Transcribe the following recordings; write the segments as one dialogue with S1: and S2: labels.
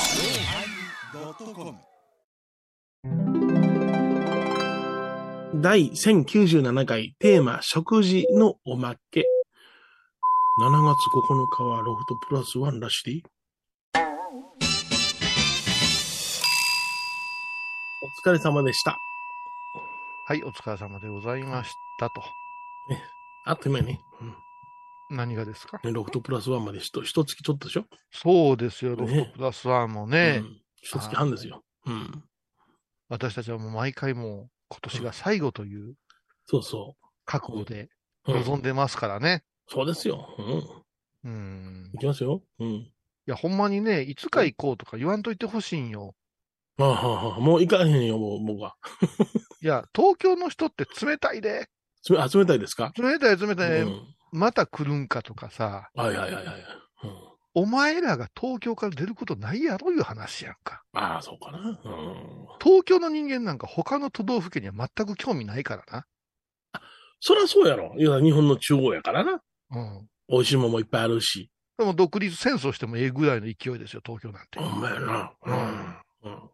S1: yosmir
S2: 第1097回テーマ食事のおまけ。7月9日はロフトプラスワンらしいで。お疲れ様でした。
S3: はい、お疲れ様でございましたと。
S2: あっという間やね。うん
S3: 何がですか
S2: ね、ロフトプラスワンまでひと一月ちょっとでしょ
S3: そうですよ、ロ
S2: ね
S3: フトプラスワンもね、
S2: うん一月半ですよ。うん。
S3: 私たちはもう毎回もう今年が最後という
S2: そうそ
S3: 覚悟で
S2: う。うん
S3: 臨んでますからね。
S2: そうですよ。うん。
S3: うん。
S2: い
S3: い
S2: きますよ。うん。
S3: や、ほんまにね、いつか行こうとか言わんといてほしいんよ。
S2: ああはあはあ、もう行かへんよ、もう僕は。
S3: いや、東京の人って冷たいで。
S2: つめあ、冷たいですか、
S3: 冷たい冷たい、
S2: うん。
S3: また来るんかとかさ、
S2: はいはいはいはい。うん
S3: お前らが東京から出ることないやろいう話やんか。
S2: ああ、そうかな。うん。
S3: 東京の人間なんか他の都道府県には全く興味ないからな。
S2: そりゃそうやろ。いや、日本の中央やからな。
S3: うん。
S2: 美味しいもんもいっぱいあるし。
S3: でも独立戦争してもええぐらいの勢いですよ、東京なんて。
S2: ほんまやな。うん。うん。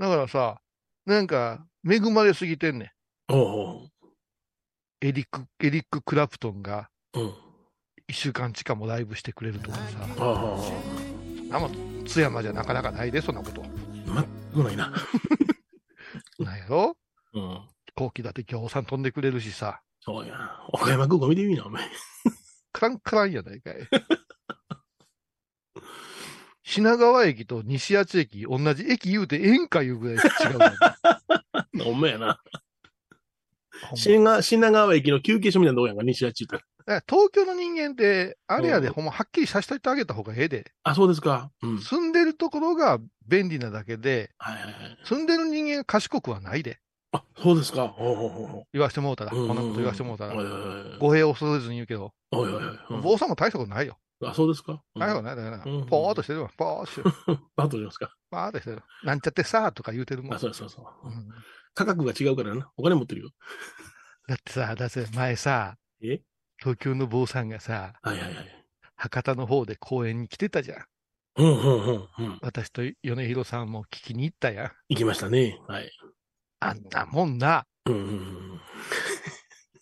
S3: だからさ、なんか、恵まれすぎてんね
S2: おう
S3: ん。エリック、エリック・クラプトンが
S2: おう。うん。
S3: 1週間近もライブしてくれるとかさ、
S2: ああああ、
S3: あんま津山じゃなかなかないで、そんなこと。
S2: うまいな。
S3: なんやろ
S2: うん。
S3: 飛行機だって行さん飛んでくれるしさ、
S2: そうやな。岡山空港見てみな、お前。
S3: クランクランやない かい。品川駅と西八駅、同じ駅言うてええんかいうぐらい違 うわ。
S2: ほんまやな。
S3: ほんま
S2: 品川、品川駅の休憩所みたいなとこやんか、西八って言ったら。
S3: だから東京の人間って、あれやで、
S2: うん
S3: ほんまはっきりさせといてあげた方がええで。
S2: あ、そうですか。うん。
S3: 住んでるところが便利なだけで、
S2: はいはいはい。
S3: 住んでる人間が賢くはないで。
S2: あ、そうですか。おうおうおう
S3: 言わしてもうたら、
S2: おう。
S3: こんなこと言わしてもうた
S2: おい
S3: ら、
S2: おいおい
S3: 語弊を恐れずに言うけど、
S2: おいおいおい。
S3: 坊さんも大したことないよ。
S2: うんあ、そうですか。
S3: 大
S2: い。
S3: したことないだからな
S2: うん、
S3: ぽーっとしてるわ、ぽーっとして る、
S2: あとですか。
S3: ぽーっとしてる。なんちゃってさーとか言うてるもん。
S2: あ、そうそうそう。
S3: うん
S2: 価格が違うからな。お金持ってるよ。
S3: だってさ、だって前さ
S2: え、
S3: 東京の坊さんがさ、
S2: はいはいはい。
S3: 博多の方で公園に来てたじゃん。
S2: うんうんうんうん。
S3: 私と米広さんも聞きに行ったやん。
S2: 行きましたね。はい。
S3: あんなもんな、
S2: うんうんうん。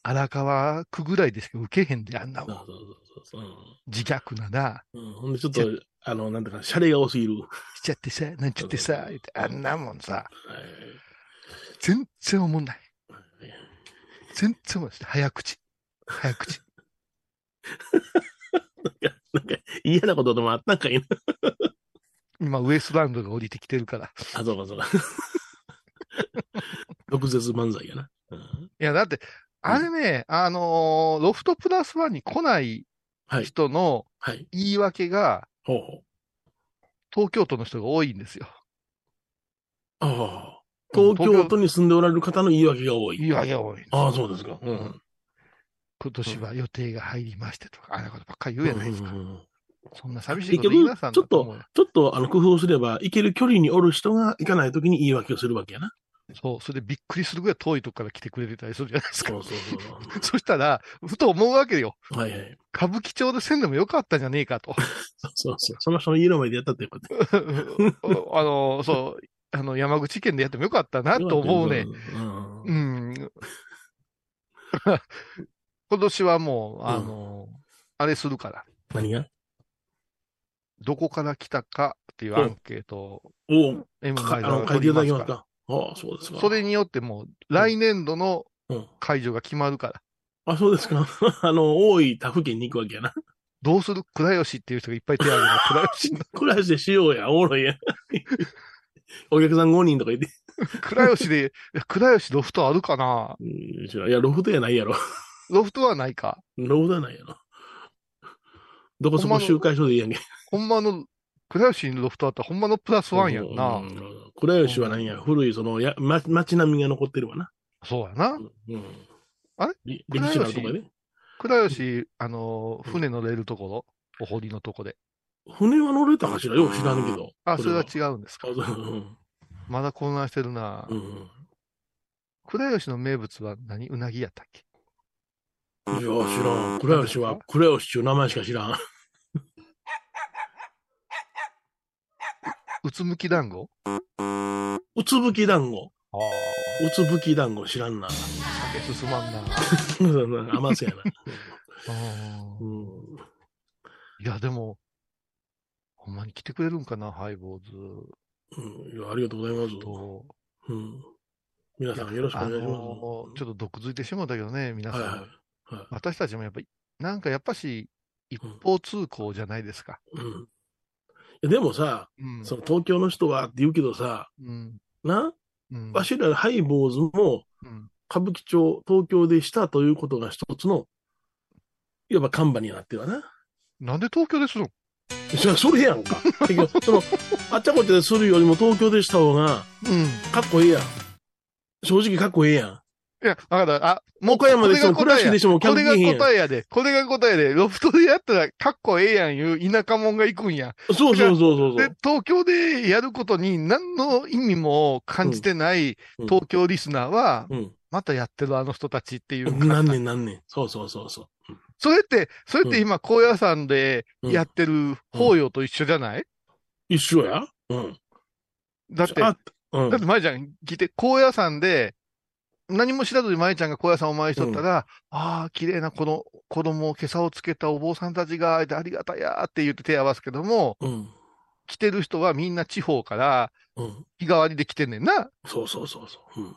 S3: 荒川区ぐらいでしか受けへんで、あんな
S2: そ
S3: も。
S2: うんそうそうそう。
S3: 自虐なな、
S2: うんうん。ほんで、ちょっと、あの、なんだか、シャレが多すぎる。は
S3: しちゃってさ、なんちゃって
S2: そ
S3: さ、
S2: うそうそう
S3: 言ってあんなもんさ、
S2: い
S3: 全然思んない。
S2: はいはい。
S3: 全然思んない。早口。早口。
S2: なんか、嫌なことでもあったんかいな。
S3: 今、ウエストランドが降りてきてるから。
S2: あ、そうかそうか。 毒舌漫才やな。うん
S3: いや、だって、あれね、あのーロフトプラスワンに来ない
S2: はい。
S3: 人の
S2: はい。
S3: 言い訳が、
S2: ほうほう。
S3: 東京都の人が多いんですよ。
S2: ああ。東京都に住んでおられる方の言い訳が多い。
S3: 言い訳が多い。
S2: ああ、そうですか。うん。
S3: 今年は予定が入りましてとか、あんなことばっかり言うやないですか。
S2: うんうんうん
S3: そんな寂しいこと言いなさんだ思うよ
S2: ちょっと、あの、工夫すれば、行ける距離におる人が行かないときに言い訳をするわけやな。
S3: そう、それでびっくりするぐらい遠いとこから来てくれてたりするじゃないですか
S2: そ。うそうそうそ
S3: そしたら、ふと思うわけよ。
S2: う。はいはい。
S3: 歌舞伎町でせんでもよかったんじゃねえ かと。
S2: そうそうそう。その人の家の前でやったってこと
S3: あの、そう、あの、山口県でやってもよかったなと思うね。
S2: うん。
S3: う
S2: うん
S3: ん。 今年はもう、あの、あれするから、
S2: 何が
S3: どこから来たかっていうアンケートを、
S2: おう
S3: 今
S2: かあの、書いていただけますか。ああ、そうですか。
S3: それによってもう、来年度の
S2: うん
S3: 解除が決まるから。
S2: あ、そうですか。 あの、大分府県に行くわけやな。
S3: どうする倉吉っていう人がいっぱい手挙げる。倉吉の、
S2: 暮らしてしようや、おもろいや。 お客さん5人とかいて。
S3: 倉吉で、いや倉吉ロフトあるかな
S2: うん知らんいや、ロフトやないやろ。
S3: ロフトはないか。
S2: ロフトやないやろ。どこそこ集会所でいいやんけ。
S3: ほんまの、倉吉にロフトあったらほんまのプラスワンやんな
S2: う。ん。倉吉は何や、古いそのや、ま、街並みが残ってるわな。
S3: そうやな。
S2: うん。
S3: あれ
S2: り歴史のあるとこやね。
S3: 倉吉、あの、船乗れるところ、お堀のとこで。
S2: 船は乗れたかしらよく知らんけど。
S3: あ、それは
S2: あ
S3: 違うんですか
S2: そ。ううん
S3: まだ混乱してるな
S2: う。ん。
S3: 倉吉の名物は何うなぎやったっけ
S2: いや、知らん。倉吉は、倉吉っていう名前しか知らん。
S3: うつむき団子
S2: うつぶき団子。
S3: あ
S2: うつぶき団子知ら んな。
S3: あ、酒進まんな。
S2: 甘そうやな。
S3: う
S2: うんん
S3: いや、でも、ほんまに来てくれるんかな、ハイボーズ
S2: うん、いやありがとうございます。
S3: と。
S2: うん、皆さんよろしくお
S3: あ
S2: 願いします。
S3: のーちょっと毒づいてしまったけどね、皆さん。
S2: はいはいは
S3: 私たちもやっぱり、なんかやっぱし、一方通行じゃないですか。
S2: いうんいや、でもさ、
S3: うん。
S2: その東京の人はって言うけどさ、
S3: うん。
S2: な、
S3: うん。
S2: わしらハイボーズも
S3: うん
S2: 歌舞伎町、東京でしたということが一つの、いわば看板になってるわな。
S3: なんで東京でするの
S2: そそれやんか。 結局その、あっちゃこっちゃでするよりも東京でした方が、
S3: うん。い
S2: かっこええやん。正直かっこええやん。
S3: や、だから、あ、も
S2: 岡山でしても
S3: こ
S2: 倉
S3: れが
S2: 敷でしてもキャン
S3: こ
S2: プ
S3: れ
S2: で
S3: が
S2: きへんやん。
S3: 答えやで。これが答えで。ロフトでやったらかっこええやんいう田舎者が行くんや。
S2: そうそうそうそうそう
S3: で。、東京でやることに何の意味も感じてない
S2: うん
S3: 東京リスナーは、
S2: うん。
S3: またやってるあの人たちっていうか
S2: 何年何年。そうそうそうそう。
S3: それって、それって今、高野山で
S2: うん
S3: やってる法要と一緒じゃない、
S2: 一緒や。うん。
S3: だって、だ
S2: あ、うん。
S3: って舞ちゃん聞いて、高野山で、何も知らずに舞ちゃんが高野山を前にしとったら、ああ、綺麗なこの子供を袈裟をつけたお坊さんたちが、ありがたやーって言って手合わすけども、
S2: うん。
S3: 来てる人はみんな地方から
S2: うん。
S3: 日替わりで来てんねんな。
S2: そうそうそうそう。うん。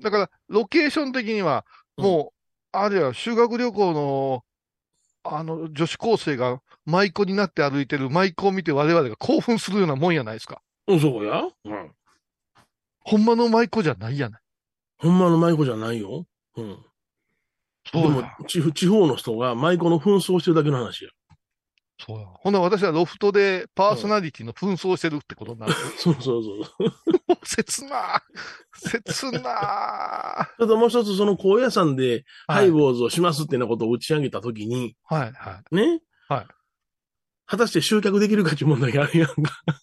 S3: だから、ロケーション的には、もう、あれや、修学旅行の、あの、女子高生が舞妓になって歩いてる舞妓を見て我々が興奮するようなもんやないですか。
S2: うん、そうや。うん。
S3: ほんまの舞妓じゃないやない。
S2: ほんまの舞妓じゃないよ。うん。
S3: そう
S2: で
S3: や。
S2: も地、地方の人が舞妓の紛争してるだけの話や。
S3: そうや。ほな、私はロフトでパーソナリティの紛争してるってことになる。
S2: そうそうそう。
S3: 切な切 な
S2: ただもう一つ、その高野山で、ハイ
S3: はい、
S2: ボーズをしますってなことを打ち上げたときに、
S3: はい、はい。
S2: ね。
S3: はい。
S2: 果たして集客できるかっていう問題があるやんか。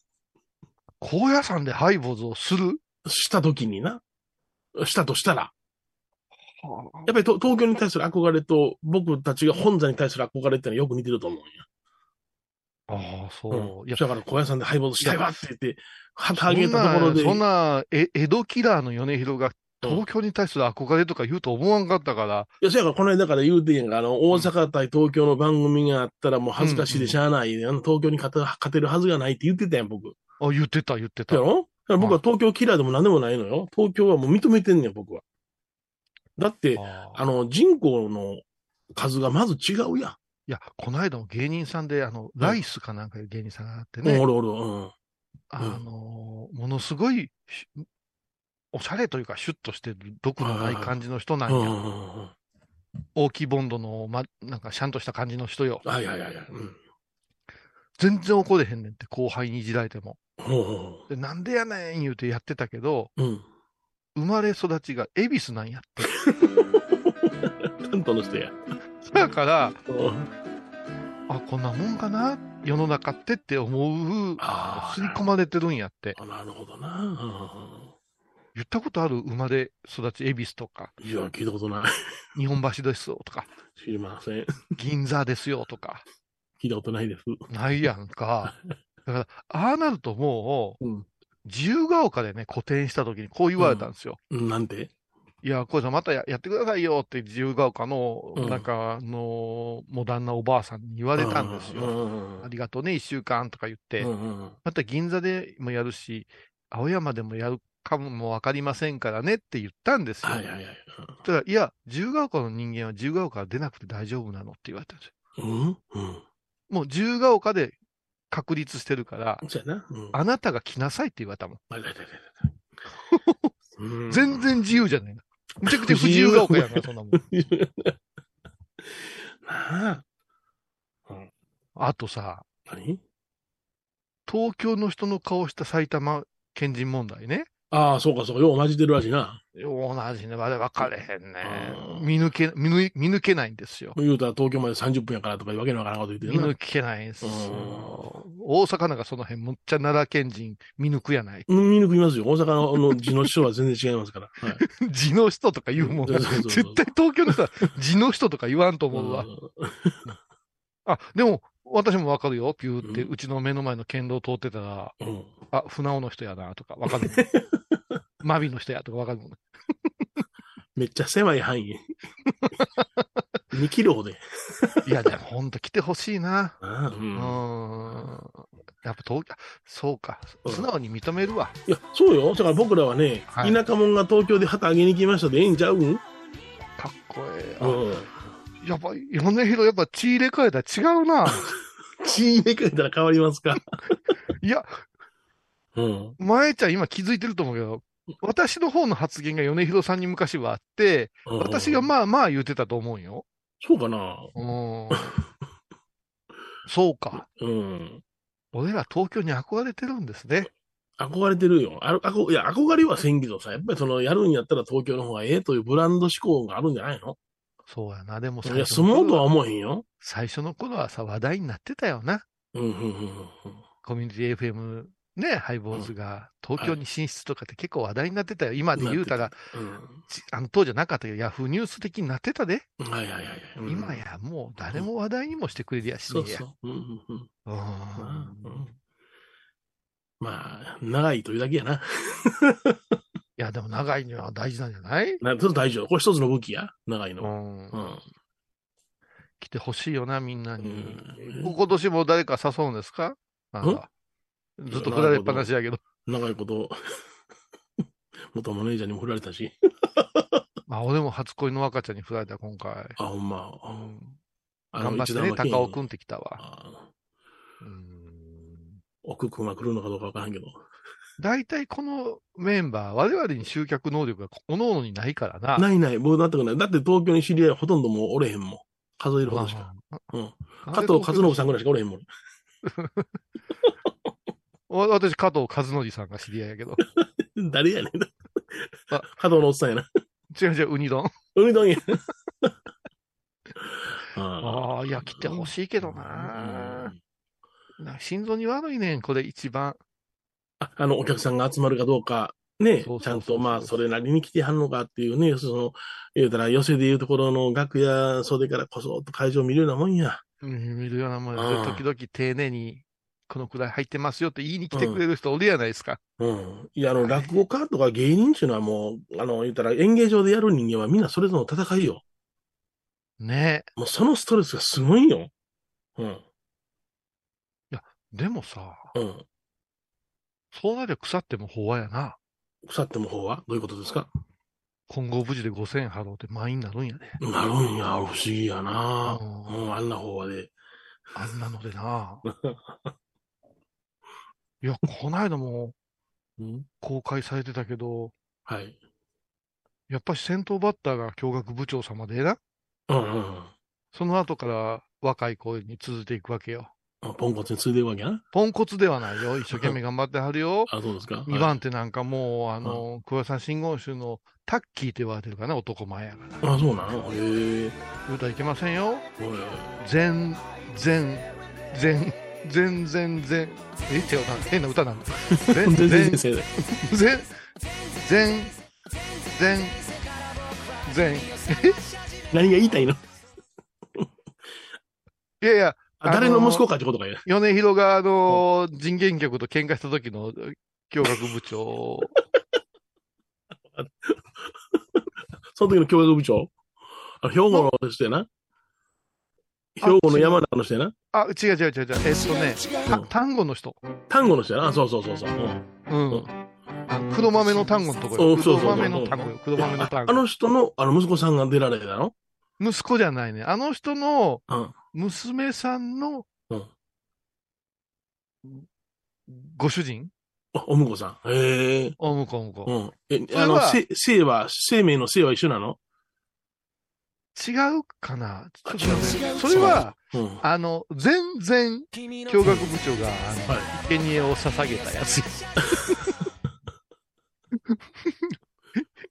S3: 高野山でハイボーズをする
S2: したときにな。したとしたら。やっぱりと東京に対する憧れと、僕たちが本座に対する憧れってのはよく似てると思うんや。
S3: ああ、そう。
S2: うん、
S3: いや
S2: だ、から小屋さんでハイボードしたいわって言って、旗
S3: そ
S2: 揚げ
S3: ん
S2: たところ
S3: な、
S2: で。
S3: そんな、え、江戸キラーの米広が東京に対する憧れとか言うと思わんかったから、
S2: いや、そやからこの間から言うてんやんか、あの、大阪対東京の番組があったらもう恥ずかしいでしゃあない。あの東京に勝て勝てるはずがないって言ってたやん、僕。
S3: あ、言ってた、言ってた
S2: や。ろだから僕は東京嫌いでも何でもないのよ。東京はもう認めてんねん、僕は。だって、
S3: あー
S2: あの、人口の数がまず違うやん。
S3: いや、この間も芸人さんで、あの、ライスかなんかいう芸人さんがあって
S2: うん、
S3: ね、
S2: おるおる、うん。
S3: あの、ものすごいし、おしゃれというか、シュッとしてる、毒のない感じの人なん
S2: うんうん
S3: や。
S2: うんうん。
S3: 大きいボンドの、ま、なんか、シャンとした感じの人よ。
S2: はいはいはいはい。うん。
S3: 全然怒れへんねんって、後輩にいじられても。
S2: ほうほうほう。
S3: でなんでやねん言うてやってたけど、
S2: うん。
S3: 生まれ育ちが恵比寿なんやって。
S2: 担当の人や。
S3: だから、
S2: うん
S3: あ、こんなもんかな世の中ってって思う、
S2: あ
S3: 吸い込まれてるんやって。
S2: あ、なるほどな。
S3: 言ったことある生まれ育ち恵比寿とか、
S2: いや、聞いたことない。
S3: 日本橋ですよ とか、
S2: 知りません。
S3: 銀座ですよとか、
S2: 聞いたことないです。
S3: ないやん か。だから、ああなるとも
S2: うん。
S3: う、自由が丘でね、個展した時にこう言われたんですよ。
S2: なんて
S3: いや、これさんまたややってくださいよって自由が丘の
S2: うん、
S3: なんか、あのモダンなおばあさんに言われたんです
S2: う
S3: よ。
S2: ん
S3: ありがとうね、一週間とか言って。
S2: うんうん。
S3: また銀座でもやるし、青山でもやるかもわかりませんからねって言ったんですよ。
S2: はいはいはい。
S3: そしたら、いや、自由が丘の人間は自由が丘は出なくて大丈夫なのって言われたんですよ。
S2: うんうん。
S3: もう自由が丘で確立してるから、
S2: そうやな。うん。
S3: あなたが来なさいって言われたもん。
S2: あれだだだだ。
S3: 全。然自由じゃないな。めちゃくちゃ不自由が丘やな、そんなもん。
S2: なあ。うん。
S3: あとさ、
S2: 何
S3: 東京の人の顔した埼玉県人問題ね。
S2: ああ、そうかそうか。よう混じってるらしいな。
S3: 同じね、あれ分かれへんね
S2: あ。ー
S3: 見抜け、見抜見抜けないんですよ。
S2: 言うたら東京まで30分やからとかいうわけのわからんこと言って
S3: 見
S2: るな
S3: 抜。けないんすよ
S2: うん
S3: 大阪なんかその辺、むっちゃ奈良県人見抜くやない。
S2: 見抜きますよ。大阪のあの地の師匠は全然違いますから。はい。
S3: 地の人とか言うもん。
S2: そうそうそうそう
S3: 絶対東京の人は地の人とか言わんと思うわ。あ、でも、私もわかるよ、ピューって、
S2: う
S3: うちの目の前の県道通ってたら、
S2: うん。
S3: あ、船尾の人やなとかわか るもん。マビの人やとかわかるもんね。
S2: めっちゃ狭い範囲。2キロで。
S3: いや、でもほんと来てほしいな。
S2: ああう
S3: うんん。やっぱ東京、そうか。
S2: うん
S3: 素直に認めるわ。
S2: いや、そうよ。だから僕らはね、
S3: はい
S2: 田舎者が東京で旗あげに来ましたでええんちゃうん、うん、
S3: かっこええ。あやっぱ、米広、やっぱ血入れ替えたら違うな。
S2: 血入れ替えたら変わります か。
S3: いや、
S2: うん。
S3: 前ちゃん今気づいてると思うけど、私の方の発言が米広さんに昔はあって、私が
S2: あ。
S3: まあまあ言ってたと思うよ。
S2: そうかな。
S3: うん。そうか。
S2: うん。
S3: 俺ら東京に憧れてるんですね。
S2: 憧れてるよ。ああこいや、憧れはせんけどさ、やっぱりその、やるんやったら東京の方がええというブランド志向があるんじゃないの
S3: そうやな。でも
S2: いや、
S3: 初
S2: 相
S3: の
S2: 撲と
S3: 頃
S2: は
S3: は
S2: 思えへんよ。
S3: 最初の頃はさ、話題になってたよな。
S2: うん、うん、うんうん。
S3: コミュニティ FM ね、ハイボーズが東京に進出とかって結構話題になってたよ。今で言うたら、ちあの当時はなかったけど、ヤフーニュース的になってたで。
S2: うん。はいはいはいはい。うん
S3: 今。やもう誰も話題にもしてくれりゃし
S2: そ
S3: ね
S2: う
S3: えや。
S2: そう。うん、うん、うん。
S3: うん
S2: まあうんまあ、長いというだけやな。
S3: いや、でも長いには大事なんじゃない
S2: なちょっと大丈夫。これ一つの武器や。長いうの。
S3: ん
S2: うん。
S3: 来てほしいよな、みんな
S2: う
S3: に。
S2: ん
S3: 今年も誰か誘うんですかなんかずっと振られっぱなしやけど。
S2: 長いこと、 元マネージャーにも振られたし。
S3: まあ、俺も初恋の赤ちゃんに振られた、今回。
S2: あ、ほんま。
S3: うん
S2: あ
S3: 頑張ってね、高尾くん
S2: ん。
S3: ってきたわ。
S2: あ
S3: うん
S2: 奥くんは来るのかどうかわからんけど。
S3: 大体このメンバー、我々に集客能力が各々にないからな。
S2: ないない、もうなってくない。だって東京に知り合いはほとんどもうおれへんもん。数えるほ
S3: まあ
S2: どしか。
S3: まあ
S2: うん
S3: なん
S2: 加
S3: で
S2: 藤
S3: 東
S2: 和
S3: 京
S2: 信さんぐらいしかおれへんもん。
S3: わ私、加藤和則さんが知り合いやけど。
S2: 誰やねん。
S3: あ
S2: 加藤のおっさんやな。
S3: 違う違う、ウニ丼。
S2: うみどん や。
S3: ああ、いや、来てほしいけどな。な心臓に悪いねん、これ一番。
S2: ああの、お客さんが集まるかどうか、ね
S3: そうそうそう、
S2: ちゃんと、まあ、それなりに来てはんのかっていうね、その、言うたら、寄席でいうところの楽屋袖からこそっと会場見るようなもんや。
S3: うん見るようなもんや
S2: うん
S3: で時々丁寧に、このくらい入ってますよって言いに来てくれる人おるやないですか。
S2: うん。いや、あの、落語家とか芸人っていうのはもう、あの、言うたら、演芸場でやる人間はみんなそれぞれの戦いよ。
S3: ね
S2: もうそのストレスがすごいよ。うん。
S3: え。でもさ、
S2: うん。
S3: そうなりゃ腐っても飽和やな。
S2: 腐っても方はどういうことですか
S3: 今後無事で5000払うて満員になるんやで。
S2: なるんや、不思議やな。
S3: う
S2: うんん、あんな方はで。
S3: あんなのでな。 いや、こないだも
S2: うん。
S3: 公開されてたけど、
S2: はい。
S3: やっぱし先頭バッターが驚学部長様でな。
S2: うんうんうん。
S3: その後から若い声に続いていくわけよ。
S2: あポンコツに継いでるわけやな。
S3: ポンコツではないよ。一生懸命頑張ってはるよ。
S2: あ、そうですか。
S3: 2番手なんかもう、あの、桑さん真言宗のタッキーって言われてるかな、男前やから。
S2: はい。あ、そうなのへえ。
S3: 歌いけませんよ。
S2: おい
S3: 全、全、全、全然全。え、違うな。変な歌なんだ。 全、
S2: 全然
S3: 全、全
S2: 先、生で。
S3: 全、全、全、全。
S2: 何が言いたいの
S3: いやいや、
S2: あ誰の息子かってことかよ。
S3: 米広が、あの、人間局と喧嘩した時の、教学部長。
S2: その時の教育部長。あ兵庫の人やな。兵庫の山名の人やな。
S3: あ、違う違う違う違う。えっとね、た単語の人。
S2: 丹後の人やな。あそうそうそうそう。うん
S3: うん。あの黒豆の単語のとこ
S2: う
S3: よ。
S2: んそう
S3: 黒
S2: そうそう
S3: 豆の単語よ。黒豆の
S2: あ
S3: 単
S2: あ
S3: 語。
S2: の人の、あの息子さんが出られたの
S3: 息子じゃないね。あの人の
S2: うん。
S3: 娘さんの
S2: うん
S3: ご主人
S2: あお婿さん。へえ。
S3: おむこおむこ。
S2: うん。え、
S3: それは
S2: あの、せ、生は、生命の生は一緒なの
S3: 違うかなちょっ
S2: あ
S3: と
S2: 違う
S3: ねそれは、
S2: うん。
S3: あの、全然、教
S1: 驚
S3: 学
S1: 愕
S3: 部長が、あ
S2: はい
S3: の、生贄を捧げたやつ。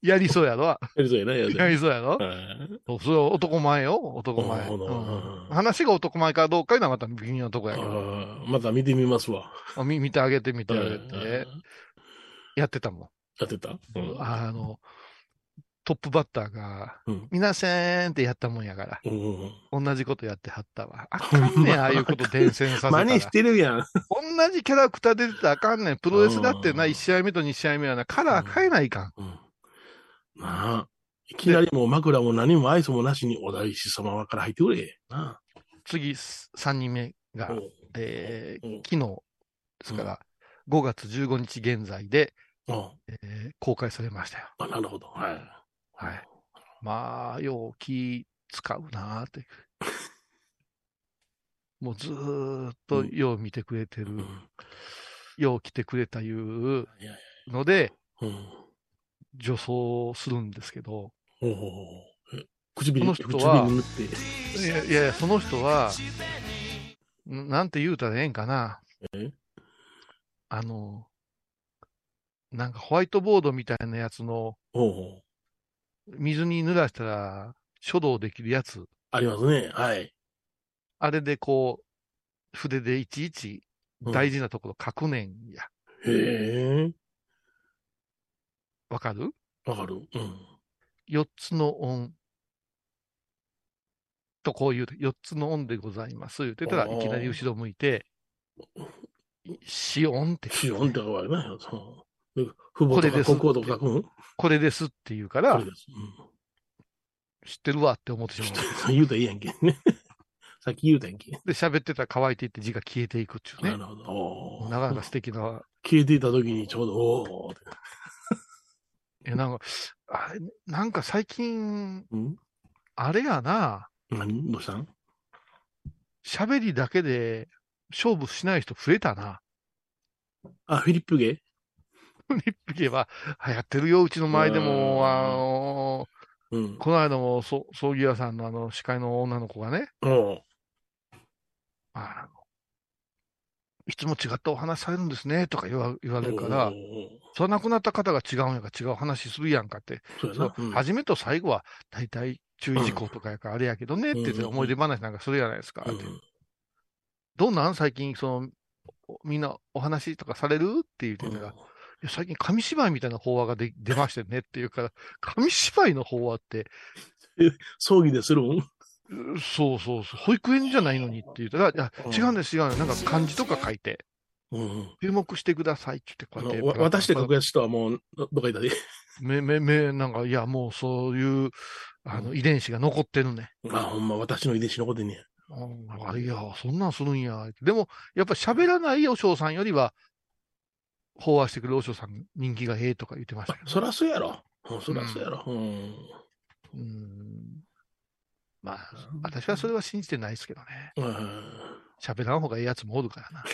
S3: やりそうやろ
S2: やりそうやな、やりそう
S3: や
S2: や
S3: りそうやろ
S2: な。
S3: そうそれは男前よ、男
S2: な
S3: 前。
S2: るほど
S3: うん
S2: うん
S3: 話が男前かどうかいうのはまた微妙なとこやけど。
S2: あーまた見てみますわ。
S3: あみ見てあげて、見てあげ
S2: うん
S3: て。やってたも。
S2: やってた、うんん
S3: あの、トップバッターが
S2: うん、
S3: 皆さんってやったもんやから、
S2: うんうんうん
S3: 同じことやってはったわ。あかんねん、ああいうこと伝染させた
S2: 真
S3: ら
S2: 似し。てるやん。
S3: 同じキャラクター出てたらあかんねん。プロレスだってな、1試合目と2試合目はな、カラー変えないかん。
S2: うん。なあ。いきなりもう枕も何もアイスもなしにお大師様から入ってくれ。な
S3: 次、3人目
S2: あ。
S3: が、えー
S2: うん
S3: 昨日ですから、5月15日現在で、
S2: うんうん
S3: えー公開されましたよ。
S2: あなるほど。はい。
S3: はい。まあ、よう気使うなー って。もうずーっとよう見てくれてる、
S2: うん。
S3: よう来てくれたいう
S2: いやい
S3: ので、
S2: うん。
S3: 女装するんですけど、
S2: おおえ唇、
S3: この
S2: 唇
S3: 人は
S2: 塗って。
S3: いやいやいや、その人は、んなんて言うたらええんかな
S2: え。
S3: あの、なんかホワイトボードみたいなやつの
S2: おお
S3: 水に濡らしたら書道できるやつ、
S2: ありますね。はい。
S3: あれでこう、筆でいちいち
S2: うん
S3: 大事なところ書くねんや。
S2: へえ。
S3: わかる
S2: わかる。うん。
S3: 四つの音。とこう言うて、四つの音でございます。言ってたら
S2: おー
S3: いきなり後ろ向いて、し音って、
S2: シオンってわれないよ。そう。で父
S3: こ
S2: 母
S3: れ
S2: と
S3: で
S2: か
S3: す
S2: 国王とか書くん
S3: これですって言うか
S2: こ
S3: ら
S2: れ、です。うん
S3: 知ってるわって思ってしまう。
S2: 言うたらいいやんけ。 ね。さっき言うたやんけ。
S3: で、喋ってたら乾いていって字が消えていくっていう
S2: な
S3: ね。
S2: るほど。おー
S3: なかなか素敵な、
S2: 消えていた時にちょうど、おお。
S3: え、なんか、あれ、なんか最近、
S2: うん
S3: あれやな、
S2: 何どうしたん
S3: 喋りだけで勝負しない人増えたな。
S2: あ、フィリップゲ
S3: リップ系は流行ってるよ、うちの前で
S2: う
S3: も、
S2: ん
S3: あの
S2: うん。
S3: この間も、そ葬儀屋さんのあの、司会の女の子がね、
S2: おう
S3: あの、いつも違ったお話されるんですね、とか言わ言われるから
S2: おう、おう
S3: その亡くなった方が違うんやから違う話するやんかって、
S2: そうや
S3: そう
S2: な。うん
S3: 初めと最後は大体注意事項とかやからあれやけどねって言って
S2: うん
S3: 思い出話なんかするじゃないですか。
S2: う
S3: って
S2: ん
S3: どんなん最近その、みんなお話とかされるって言ってたら、いや最近紙芝居みたいな法話がで出ましてねっていうから、紙芝居の法話って、
S2: 葬儀でするん
S3: うんそうそうそう、保育園じゃないのにって言ったら、いや違うんです、違うんです、なんか漢字とか書いて、
S2: うん。
S3: 注目してくださいって言
S2: あ
S3: って、こうやって
S2: のわ渡して書くやつとはもう、どどっかいたで。
S3: め、め、め、なんか、いや、もうそういう、あの、遺伝子が残ってるね。
S2: あ、ほんま、私の遺伝子残ってんねや
S3: うんあれいや、そんなんするんや。でも、やっぱ喋らない和尚さんよりは、法話してくれる和尚さん人気がええとか言ってました
S2: あ
S3: けど、
S2: そらそうやろ。うんそらそうやろ。うん。
S3: うん。まあ、私はそれは信じてないですけどね。
S2: うん
S3: 喋らん方がええやつもおるからな。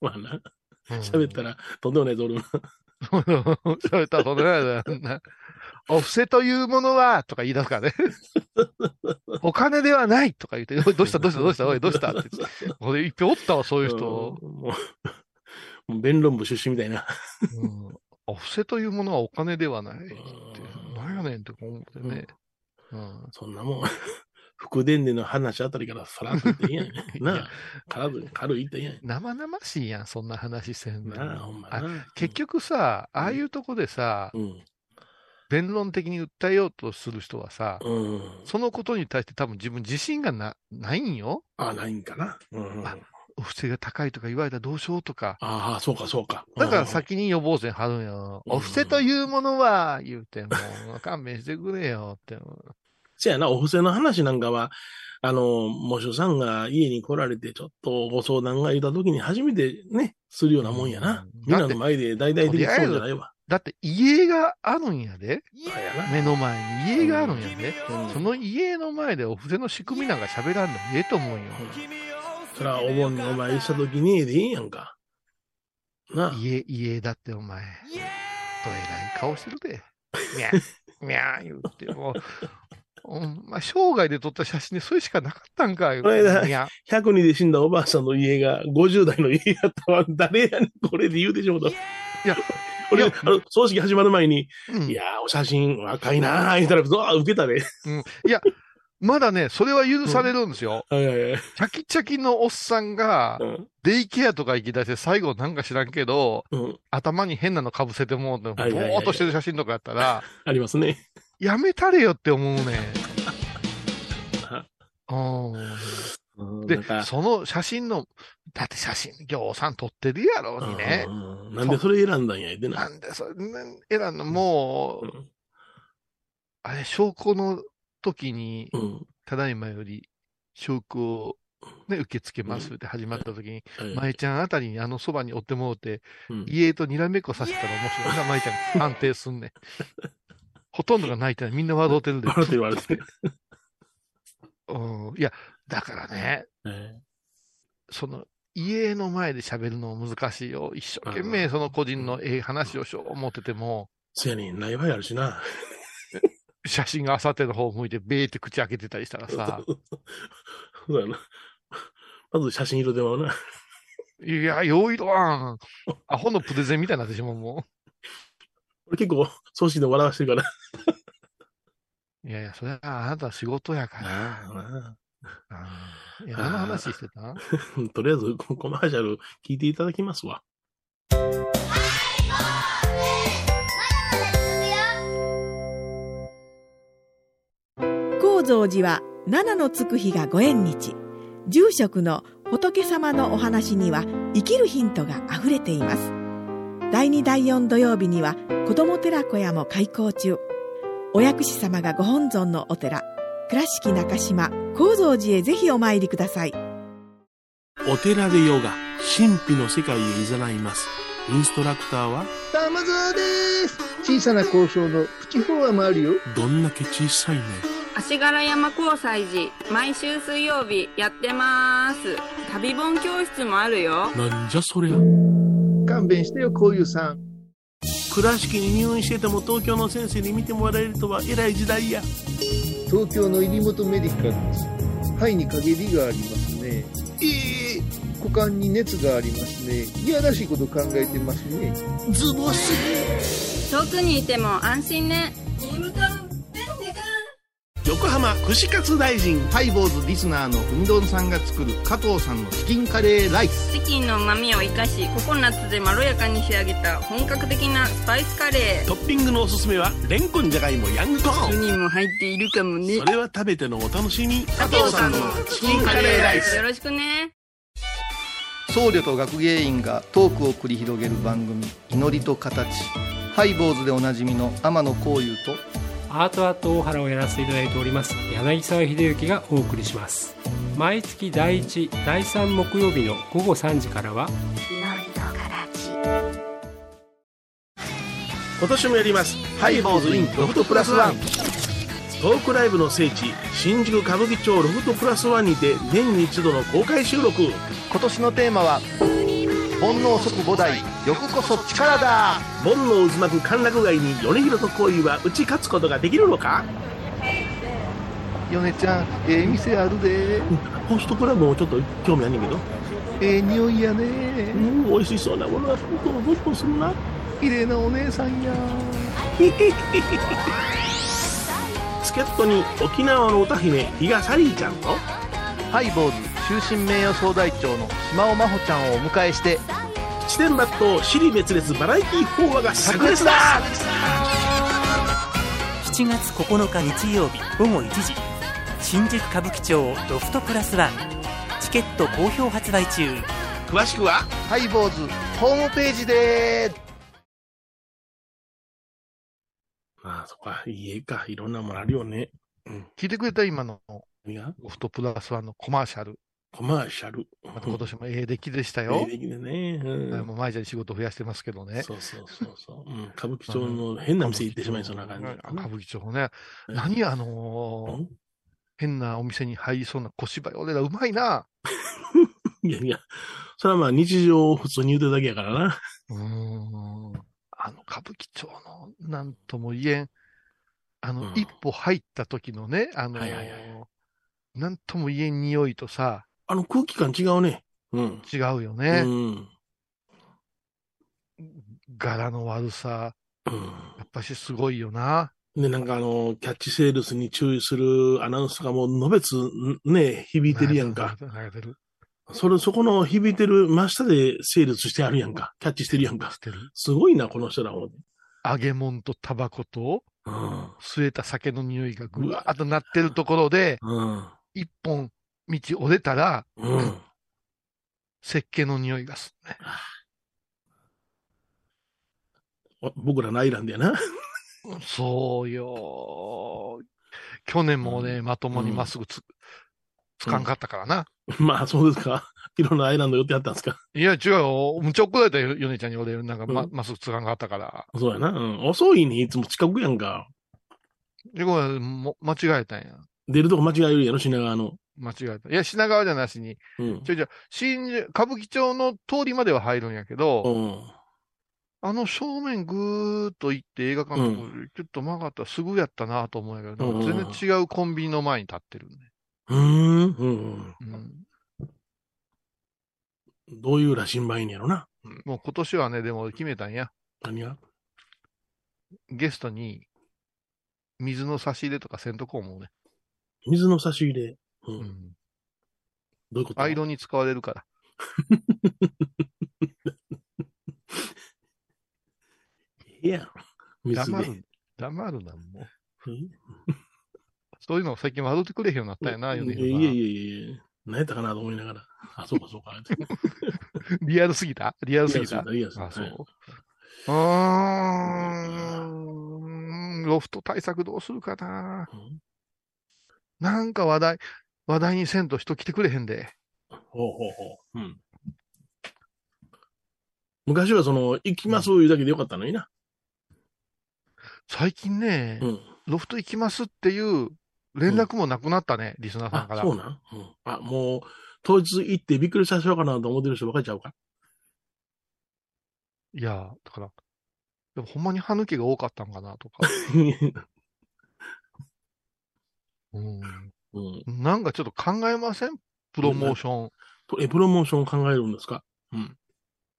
S2: まあな、
S3: うん
S2: 喋った。ら、とんでもないぞ、俺も。
S3: 喋ったらとんでもないだろうな。お布施というものは、とか言い出すからね。お金ではないとか言って、おいどうしたどうしたどうしたおいどうしたって言って。俺、いっぺんおったわ、そういう人。
S2: うんもう、もう弁論部出身みたいな。
S3: うん、お布施というものはお金ではないって
S2: うん、
S3: なんやねんって思ってね。うん
S2: そんなもん、 副伝での話あたりからさらっと言っていい やん。なあ、軽く、軽いっていいやん。
S3: 生々しいやん、そんな話せんの
S2: なあ、ほんま
S3: あ
S2: な。
S3: 結局さ、ああいうとこでさ、
S2: うん、
S3: 弁論的に訴えようとする人はさ、
S2: うん。
S3: そのことに対して多分自分自信がなないんよ。
S2: あ、ないんかな。うん、
S3: あ
S2: あ
S3: お布施が高いとか言われたらどうしようとか。
S2: あ、そうか、そうか。
S3: だから先に予防線張るんよ。
S2: うん
S3: お布施というものは、言うて、もう勘弁してくれよって。
S2: せやな、お布施の話なんかは、あの、喪主さんが家に来られて、ちょっとご相談が言った時に初めてね、するようなもんやな。
S3: うん
S2: みんなの前で大々的にそうじゃないわ。
S3: だって家があるんやで。
S2: あやな。
S3: 目の前に家があるんやね。
S2: うん
S3: その家の前でお布施の仕組みなんか喋らんでもええと思うよ。
S2: そら、お盆にお参りした時にでいいんやんか。なあ。
S3: 家、家だってお前。どえらい顔してるで。みゃ、みゃー言うて、もう、お前、生涯で撮った写真でそれしかなかったんかい。
S2: これだ
S3: みゃ、
S2: 100人で死んだおばあさんの家が50代の家やったわ。誰やねん、これで言うでしょうと。い
S3: や、
S2: 俺、
S3: い
S2: あ
S3: や
S2: の、葬式始まる前に、
S3: うん
S2: いやー、お写真若いな ー、言ったら、ゾワ受けたで。
S3: うんいや、まだね、それは許されるんですよ。
S2: はいはいはい。
S3: チャキチャキのおっさんが
S2: う、ん。
S3: デイケアとか行き出して、最後なんか知らんけど、
S2: うん。
S3: 頭に変なの被せてもうて、ぼ
S2: はいはいはい
S3: ーっとしてる写真とかやったら、
S2: ありますね。
S3: やめたれよって思うねん。うんで
S2: なん、か
S3: その写真の、だって写真、ぎょうさん撮ってるやろにね
S2: う。んうんなんでそれ選んだんや、言ってな。
S3: なんで、それ、ね選んだ、も
S2: う
S3: う、
S2: ん
S3: あれ、証拠の時に、
S2: うん。
S3: ただいまより、証拠を、ね、受け付けますって始まった時に、
S2: はい
S3: 舞ちゃんあたりにあのそばに追ってもうて、
S2: うん
S3: 家とにらめっこさせたら面白いな、舞ちゃん。安定す んね。ほとんどが泣いてない。みんな笑うてるで。
S2: 笑って言われて。
S3: うん。いや、だからね、
S2: え
S3: その、家の前で喋るのも難しいよ。一生懸
S2: う
S3: 命
S2: ん
S3: その個人のええ話をしよう思ってても、
S2: せやねん、ライバイあるしな。
S3: 写真があさっての方向いて、べーって口開けてたりしたらさ、
S2: そうやな。まず写真色ではな。
S3: いや、用意だわん。アホのプレゼンみたいになってしまうも
S2: 俺結構、葬式で笑わしてるから。
S3: ん。いやいや、それはあなた仕事やから。
S2: あ
S3: うんいや、何の話してた
S2: あとりあえず、コマーシャル聞いていただきますわ。
S1: 高蔵寺は七のつく日がご縁日住職の仏様のお話には生きるヒントがあふれています第2第4土曜日には子ども寺小屋も開校中お薬師様がご本尊のお寺倉敷中島・高蔵寺へぜひお参りください
S2: お寺でヨガ、神秘の世界へ誘います。インストラクターは、
S4: 玉沢です小さな交渉のプチフォアもあるよ
S2: どんだけ小さいね。
S5: 足柄山交際時毎週水曜日やってます旅本教室もあるよ
S2: なんじゃそりゃ。
S4: 勘弁してよこういうさん
S2: 倉敷に入院してても東京の先生に見てもらえるとは偉い時代や。
S4: 東京の入元メディカルです肺に陰りがありますねええ股間に熱がありますねいやらしいこと考えてますね
S2: ズボス
S5: 遠くにいても安心ね
S2: 横浜串カツ大臣。
S6: ハイボーズリスナーのうみどんさんが作る加藤さんのチキンカレーライス
S5: チキンの旨味を生かしココナッツでまろやかに仕上げた本格的なスパイスカレ
S2: トッピングのおすすめは、レンコンじゃがいもヤングコ
S5: ー
S2: ーン。
S5: 人も入っているかもね
S2: それは食べてのお楽しみ。
S6: 加藤さんのチキンカレーライス
S5: よろしくね
S6: 僧侶と学芸員がトークを繰り広げる番組「祈りと形」ハイボーズでおなじみの天野幸雄と
S7: アートアート大原をやらせていただいております柳沢秀幸がお送りします毎月第1第3木曜日の午後3時からは
S2: 今年もやります。
S6: ハイボーズインロフトプラスワン
S2: トークライブの聖地、新宿歌舞伎町ロフトプラスワンにて、年に一度の公開収録。
S6: 今年のテーマは「煩悩即菩提欲こそ力だ
S2: 煩悩渦巻く歓楽街に米広と恋は打ち勝つことができるのか
S4: 米ちゃんええ店あるで
S2: ホストクラブもちょっと興味あんねんけど。
S4: ええ匂いや
S2: う
S4: ね
S2: ん、美味しそうなものは本当ホッとするな。
S4: 綺麗なお姉さんや
S2: 助っ人に沖縄の歌姫、比嘉サリーちゃんと、」
S6: ハイボーズ終身名誉総代長の島尾真帆ちゃんをお迎えして
S2: 七点抜刀、尻滅裂バラエティー4話が炸裂だ
S8: 7月9日日曜日午後1時新宿歌舞伎町ロフトプラスワンチケット好評発売中
S2: 詳しくは
S6: ハイボーズホームページで
S2: ああ、そっか、家か、いろんなものあるよね。
S3: 聞いてくれた今の
S2: 何が
S3: ロフトプラスワンのコマーシャル。
S2: コマーシャル。
S3: また今年もええ出来でした
S2: よ
S3: よ。。
S2: できるね。
S3: は
S2: う
S3: い
S2: ん
S3: もう毎日仕事増やしてますけどね。
S2: そうそうそうそう。うん、歌舞伎町の変な店行ってしまいそうな感じ。
S3: 歌舞伎町もね。
S2: うん
S3: 何あのー変なお店に入りそうな小芝居。俺らうまいな。
S2: いやいや、それはまあ日常を普通に言うてるだけやからな。
S3: うーん。あの歌舞伎町のなんとも言えん。あの、
S2: うん
S3: 一歩入った時のね、あのー
S2: はいはいはい
S3: なんとも言えん匂いとさ、
S2: あの空気感違うね。うん。
S3: 違うよ
S2: う
S3: ね。
S2: ん。
S3: 柄の悪さ。
S2: うん
S3: やっぱしすごいよな。
S2: で、なんかあの、キャッチセールスに注意するアナウンスがもう、のべつ、んね、響いてるやんか。
S3: 流れてる。
S2: それ、そこの響いてる真下でセールスしてあるやんか。キャッチしてるやんか
S3: し。てる。
S2: すごいな、この人らも。
S3: 揚げ物とタバコと
S2: うん。
S3: 吸えた酒の匂いがぐわーっとなってるところで、
S2: うん。
S3: 一本道折れたら、
S2: うん。
S3: 石鹸の匂いがするね。
S2: お僕らのアイランドやな。
S3: そうよ。去年もね、まともにまっすぐつ、つかんかったからな。
S2: まあ、そうですか。いろんなアイランド寄ってあったんですか。
S3: いや、違うよ。むっちゃ怒られたよ、ヨネちゃんに俺、なんかま、
S2: うん
S3: まっすぐつかんかったから。
S2: そうやな。うん。遅いにいつも近くやんか。
S3: で、これ、も間違えたんや。
S2: 出るとこ間違えるやろ、品川の。
S3: 間違えた。いや、品川じゃなしに、
S2: うん。
S3: ちょいちょい、新宿、歌舞伎町の通りまでは入るんやけど、
S2: うん。
S3: あの正面ぐーっと行って映画館のところにちょっと曲がったらすぐやったなと思うんやけど、
S2: うん
S3: 全然違うコンビニの前に立ってるね。
S2: うーん。うん。
S3: うん
S2: どういう羅針盤いんやろな。
S3: もう今年はね、でも決めたんや。
S2: 何が
S3: ゲストに水の差し入れとかせんとこう思うね。
S2: 水の差し入れ。うん。どういうこと
S3: アイロンに使われるから。
S2: いやろ。水
S3: 黙
S2: で。
S3: る、黙るな、もう。
S2: うん
S3: そういうの最近笑ってくれへんようになったよな、
S2: い
S3: 米
S2: や
S3: 津
S2: い
S3: さ
S2: や
S3: ん
S2: いやいや。何やったかなと思いなが ら。あ、そうかそうか。
S3: リアルすぎたリアルすぎた
S2: いや、そう
S3: あ、
S2: だ。
S3: そう
S2: はい。
S3: うーん、ロフト対策どうするかな。
S2: うん
S3: なんか話題、話題にせんと人来てくれへんで。
S2: ほうほうほう。うん。昔はその、行きますいうだけでよかったのにな。
S3: 最近ね、
S2: うん。
S3: ロフト行きますっていう連絡もなくなったね、リスナーさんか
S2: あ、
S3: ら。
S2: そうなん、うん、あ、もう、当日行ってびっくりさせようかなと思ってる人分かっちゃうか。
S3: いや、だから、でもほんまに歯抜けが多かったんかな とか。うん、
S2: うん、
S3: なんかちょっと考えませんプロモーション。
S2: とえ、プロモーション考えるんですか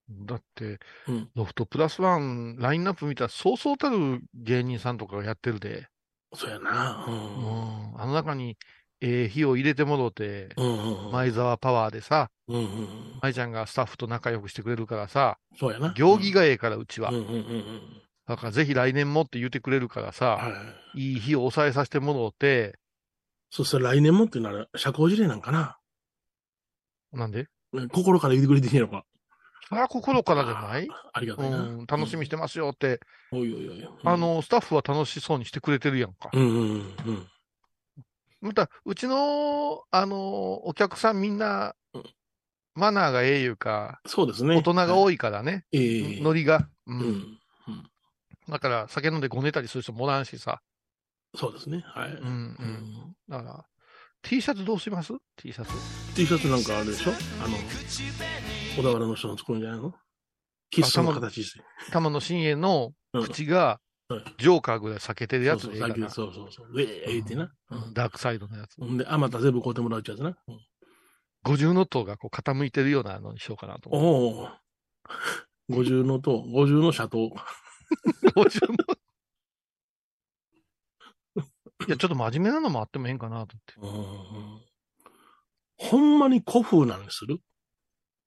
S3: だって、
S2: うん
S3: ロフトプラスワンラインナップ見たらそうそうたる芸人さんとかがやってるで。
S2: そうやな。う。
S3: うんんあの中に、ええ火を入れてもろて、
S2: うんうんうん
S3: 前沢パワーでさ、
S2: うんうんうん、
S3: 舞ちゃんがスタッフと仲良くしてくれるからさ、
S2: そうやな。
S3: 行儀がええから、うち
S2: う
S3: は
S2: ん。うんうんうん。
S3: だからぜひ来年もって言ってくれるから
S2: は
S3: さ、
S2: い。
S3: いい火を抑えさせてもろて、
S2: そして来年もってなら、社交辞令なんかな。
S3: なんで
S2: 心から言ってくれていいのか。
S3: それは心からじゃない
S2: ありがたいな。。
S3: うん、楽しみにしててますよって、
S2: おいおいおい。うん
S3: あ、の、スタッフは楽しそうにしてくれてるやんか。
S2: うんうんうん
S3: また、うちの、あの、お客さんみんな
S2: うん、
S3: マナーがええいうか、
S2: そうですね。
S3: 大人が
S2: い。
S3: 多いからね、
S2: ええ
S3: ノリが。う
S2: うんん。
S3: だから、酒飲んでごねたりする人もおらんしさ。
S2: そうですね。はい。
S3: うんうん。だから、T シャツどうします ?T シャツ。
S2: T シャツなんかあれでしょあの、小田原の人の作るんじゃないのキッスの形して。
S3: 玉野伸栄の口が
S2: うんはい、
S3: ジョーカーぐらい裂けてるやつ
S2: そう
S3: でい
S2: そ
S3: いうか
S2: さ
S3: な
S2: っきのそうそうそう。ウェーってな。
S3: うんダークサイドのやつ。
S2: ほんで、あまた全部買うてもらうっちゃうやつな。うん
S3: 五重の塔がこう傾いてるようなのにしようかなと思って。
S2: おお。 五重の塔、五重の斜塔。
S3: 五重のいや、ちょっと真面目なのもあってもええんかなと
S2: ほんまに古風なんでする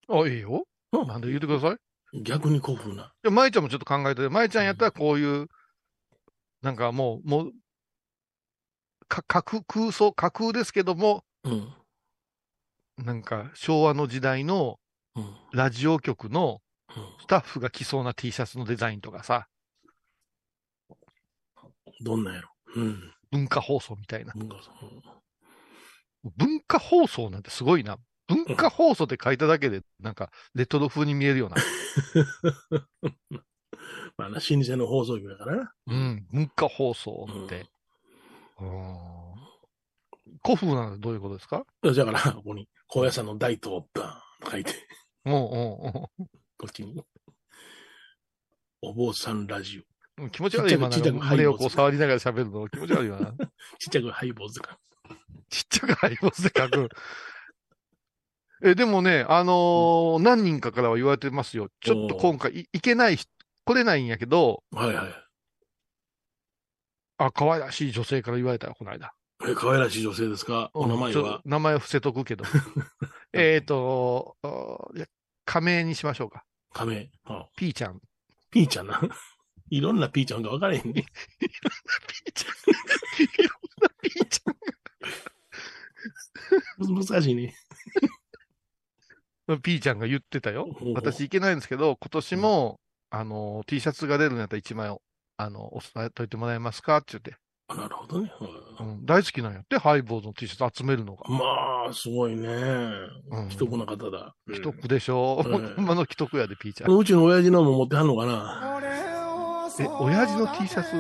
S3: 思って。あ、いいよ。
S2: うん
S3: なんで言ってください。
S2: 逆に古風な。
S3: で、舞ちゃんもちょっと考えてる。舞ちゃんやったらこういう、なんかもう、もう、か、架空、空想、架空ですけども、
S2: うん。
S3: なんか昭和の時代の
S2: うん。
S3: ラジオ局の
S2: うん
S3: スタッフが着そうな T シャツのデザインとかさ、
S2: どんなんやろ。うん。
S3: 文化放送みたいな。
S2: なんかそう
S3: 文化放送なんてすごいな。文化放送って書いただけで、なんかレトロ風に見えるような。
S2: まあな、老舗の放送局だからな。
S3: うん、文化放送って。うん古風なのはどういうことですか
S2: だから、ここに、高野山の大塔をバーンと書いて。
S3: うんうん
S2: こっちに。お坊さんラジオ。
S3: うん。気持ち悪い今な
S2: ちっ
S3: ん
S2: ちゃ
S3: か
S2: くちっちゃく
S3: 胸をこう触りながら喋るの気持ち悪いわな。
S2: ちっちゃくハイボーズか。
S3: ちっちゃくハイボーズで書く。え、でもね、あのー何人かからは言われてますよ。ちょっと今回い、いけない人、来れないんやけど、
S2: はいはい。
S3: あ、可愛らしい女性から言われたよ、この間。
S2: え可愛らしい女性ですかお名前
S3: ちょっ
S2: は
S3: と名前は伏せとくけ ど。えっと、あーじゃあ仮名にしましょうか。
S2: 亀。あ
S3: ピーちゃん。
S2: ピーちゃんな。 いろんなピーちゃんが分かれへんね。
S3: いろんなピーちゃんが
S2: 難しいね。
S3: ピーちゃんが言ってたよ。私行けないんですけど、今年も、あの、T シャツが出るんやったら1枚を、あの、お伝えといてもらえますかって言って。
S2: あ。なるほどね。
S3: うん、大好きなんやって、ハイボーズの T シャツ集めるのが。
S2: まあ、すごいね。
S3: うん、
S2: 既得な方だ。うん
S3: 既得でしょ。
S2: うん
S3: ほんまの既得やで、ピーちゃん。
S2: うちの親父のも持ってはんのかな。
S3: え、親父の T シャツ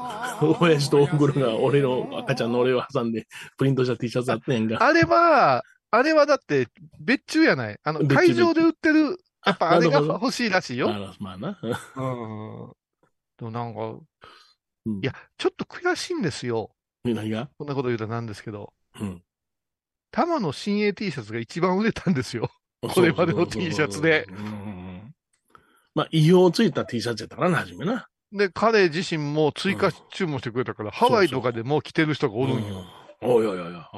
S2: 親父と大黒が俺の赤ちゃんの俺を挟んでプリントした T シャツあってんが。
S3: あれは、あれはだって、別注やない。あの、
S2: 別注
S3: 会場で売 ってる、やっぱあれ
S2: な
S3: が
S2: るほど
S3: 欲しいらしい
S2: あ
S3: よ。
S2: らまあな。
S3: うん。でもなんか、
S2: うん
S3: いや、ちょっと悔しいんですよ。
S2: 何が
S3: こんなこと言うたらなんですけど。
S2: うん。
S3: 玉の新鋭 T シャツが一番売れたんですよ。これまでの T シャツで
S2: うんうんうん。まあ、異様ついた T シャツやったからな、初めな。
S3: で、彼自身も追加注文してくれたから、ハワイとかでもう着てる人がおるんよ。
S2: うん。おいおいおいおい。あ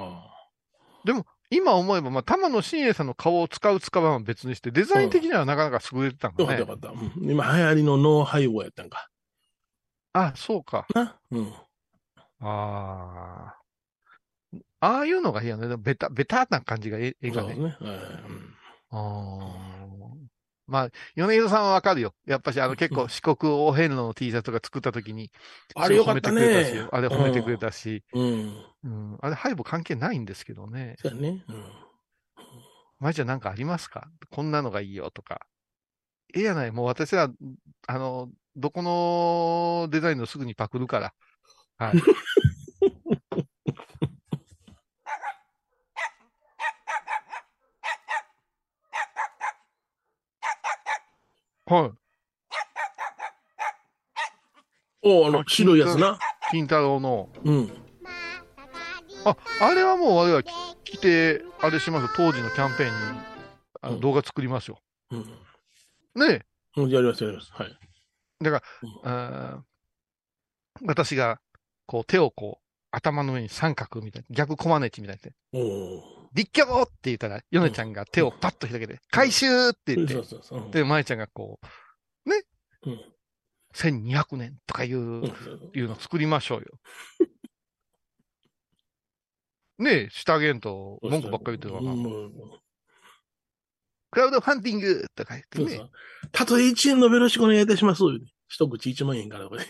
S3: 今思えば、まあ、玉野真栄さんの顔を使う使わんは別にして、デザイン的にはなかなか優れてたん
S2: あよ
S3: だ
S2: かったよ
S3: ね
S2: か。った。うん今、流行りのノーハイボーやったんか。
S3: あ、そうか。
S2: な。うん。
S3: ああ。ああいうのがいいよね。でもベタ、ベタな感じがえええ
S2: そ
S3: が
S2: う
S3: ね。
S2: ね。うん
S3: あーまあ、米広さんはわかるよ。やっぱし、あの、結構四国お遍路の T シャツとか作った時に、
S2: あれよかった
S3: すごい褒めてくれ
S2: ね
S3: たし。あれ褒めてくれたし、
S2: うん。
S3: うん、あれ、背後関係ないんですけどね。
S2: そうやね。うん。
S3: まいちゃんなんかありますかこんなのがいいよとか。ええやない、もう私は、あの、どこのデザインのすぐにパクるから。はい。はい。
S2: おうあの、白いやつな。
S3: 金太郎の。
S2: うん。
S3: あ、あれはもう我々来て、あれしますよ当時のキャンペーンにあ
S2: う
S3: の
S2: ん
S3: 動画作りますよ。
S2: うん。
S3: ねえ。
S2: うん、やります、やります。はい。
S3: あー私が、こう、手をこう、頭の上に三角みたいな、逆コマネチみたいな。
S2: おお。
S3: 立教って言ったら、ヨネちゃんが手をパッと開けて、回収って言っ
S2: そう
S3: て、
S2: そうそう。うん
S3: で、舞ちゃんがこう、ね
S2: うん、
S3: 1200年とかいうう、
S2: ん
S3: いうの作りましょうよ。ねえ、下弦と文句ばっかり言ってるわ
S2: う
S3: な。
S2: ん
S3: クラウドファンディングとか言って
S2: そう
S3: ね
S2: そ。うたとえ1円のよろしくお願いいたします。言うて一口1万円からとかね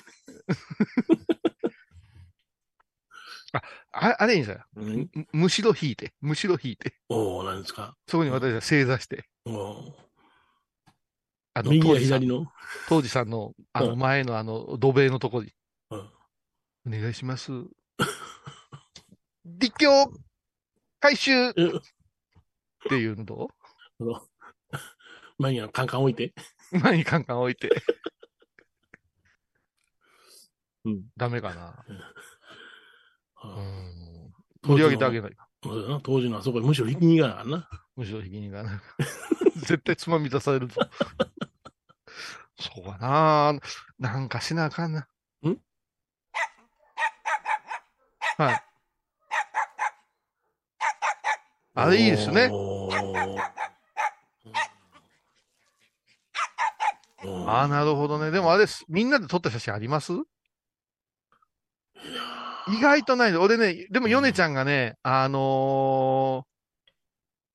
S3: ああれいいんじゃないむむしろ引いて、むしろ引いて。
S2: おおなんですか。
S3: そこに私は正座して、
S2: おお
S3: あの、
S2: 右
S3: 当
S2: や
S3: 時さん
S2: 左の。
S3: 当時さんの、あの、
S2: うん
S3: 前のあの、土塀のとこに。
S2: うん
S3: お願いします。 立教回収っていうのど
S2: 前にあのカンカン置いて。
S3: う前にカンカン置いて。
S2: うん
S3: ダメかな。
S2: あ
S3: うん。取り上げてあげない。
S2: あそうだな当時のあそこにむしろ引きに行かなあかんな。
S3: むしろ引きにが な。絶対つまみ出されるぞ。そうかな。なんかしなあかんな。
S2: ん
S3: はい。あれいいですね。
S2: おー
S3: ああ、なるほどね。でもあれです、みんなで撮った写真あります意外とない。俺ね、でも、ヨネちゃんがね、あのー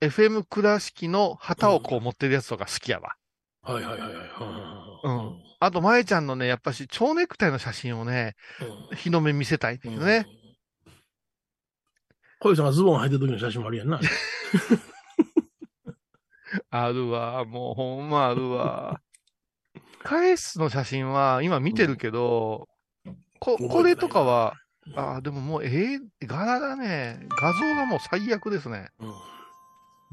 S3: FM 倉敷の旗をこう持ってるやつとか好きやわ。
S2: はいはいはいはい。
S3: あと、まえちゃんのね、やっぱし、蝶ネクタイの写真をね、日の目見せたいんだ
S2: うん
S3: よね。。
S2: 小さんがズボン履いてる時の写真もあるやんな。
S3: あるわ、もうほんまある わ。返すの写真は今見てるけど、
S2: 覚
S3: こ、
S2: えてない
S3: これとかは、ああ、でももう、ええ柄がね、画像がもう最悪ですね。
S2: うん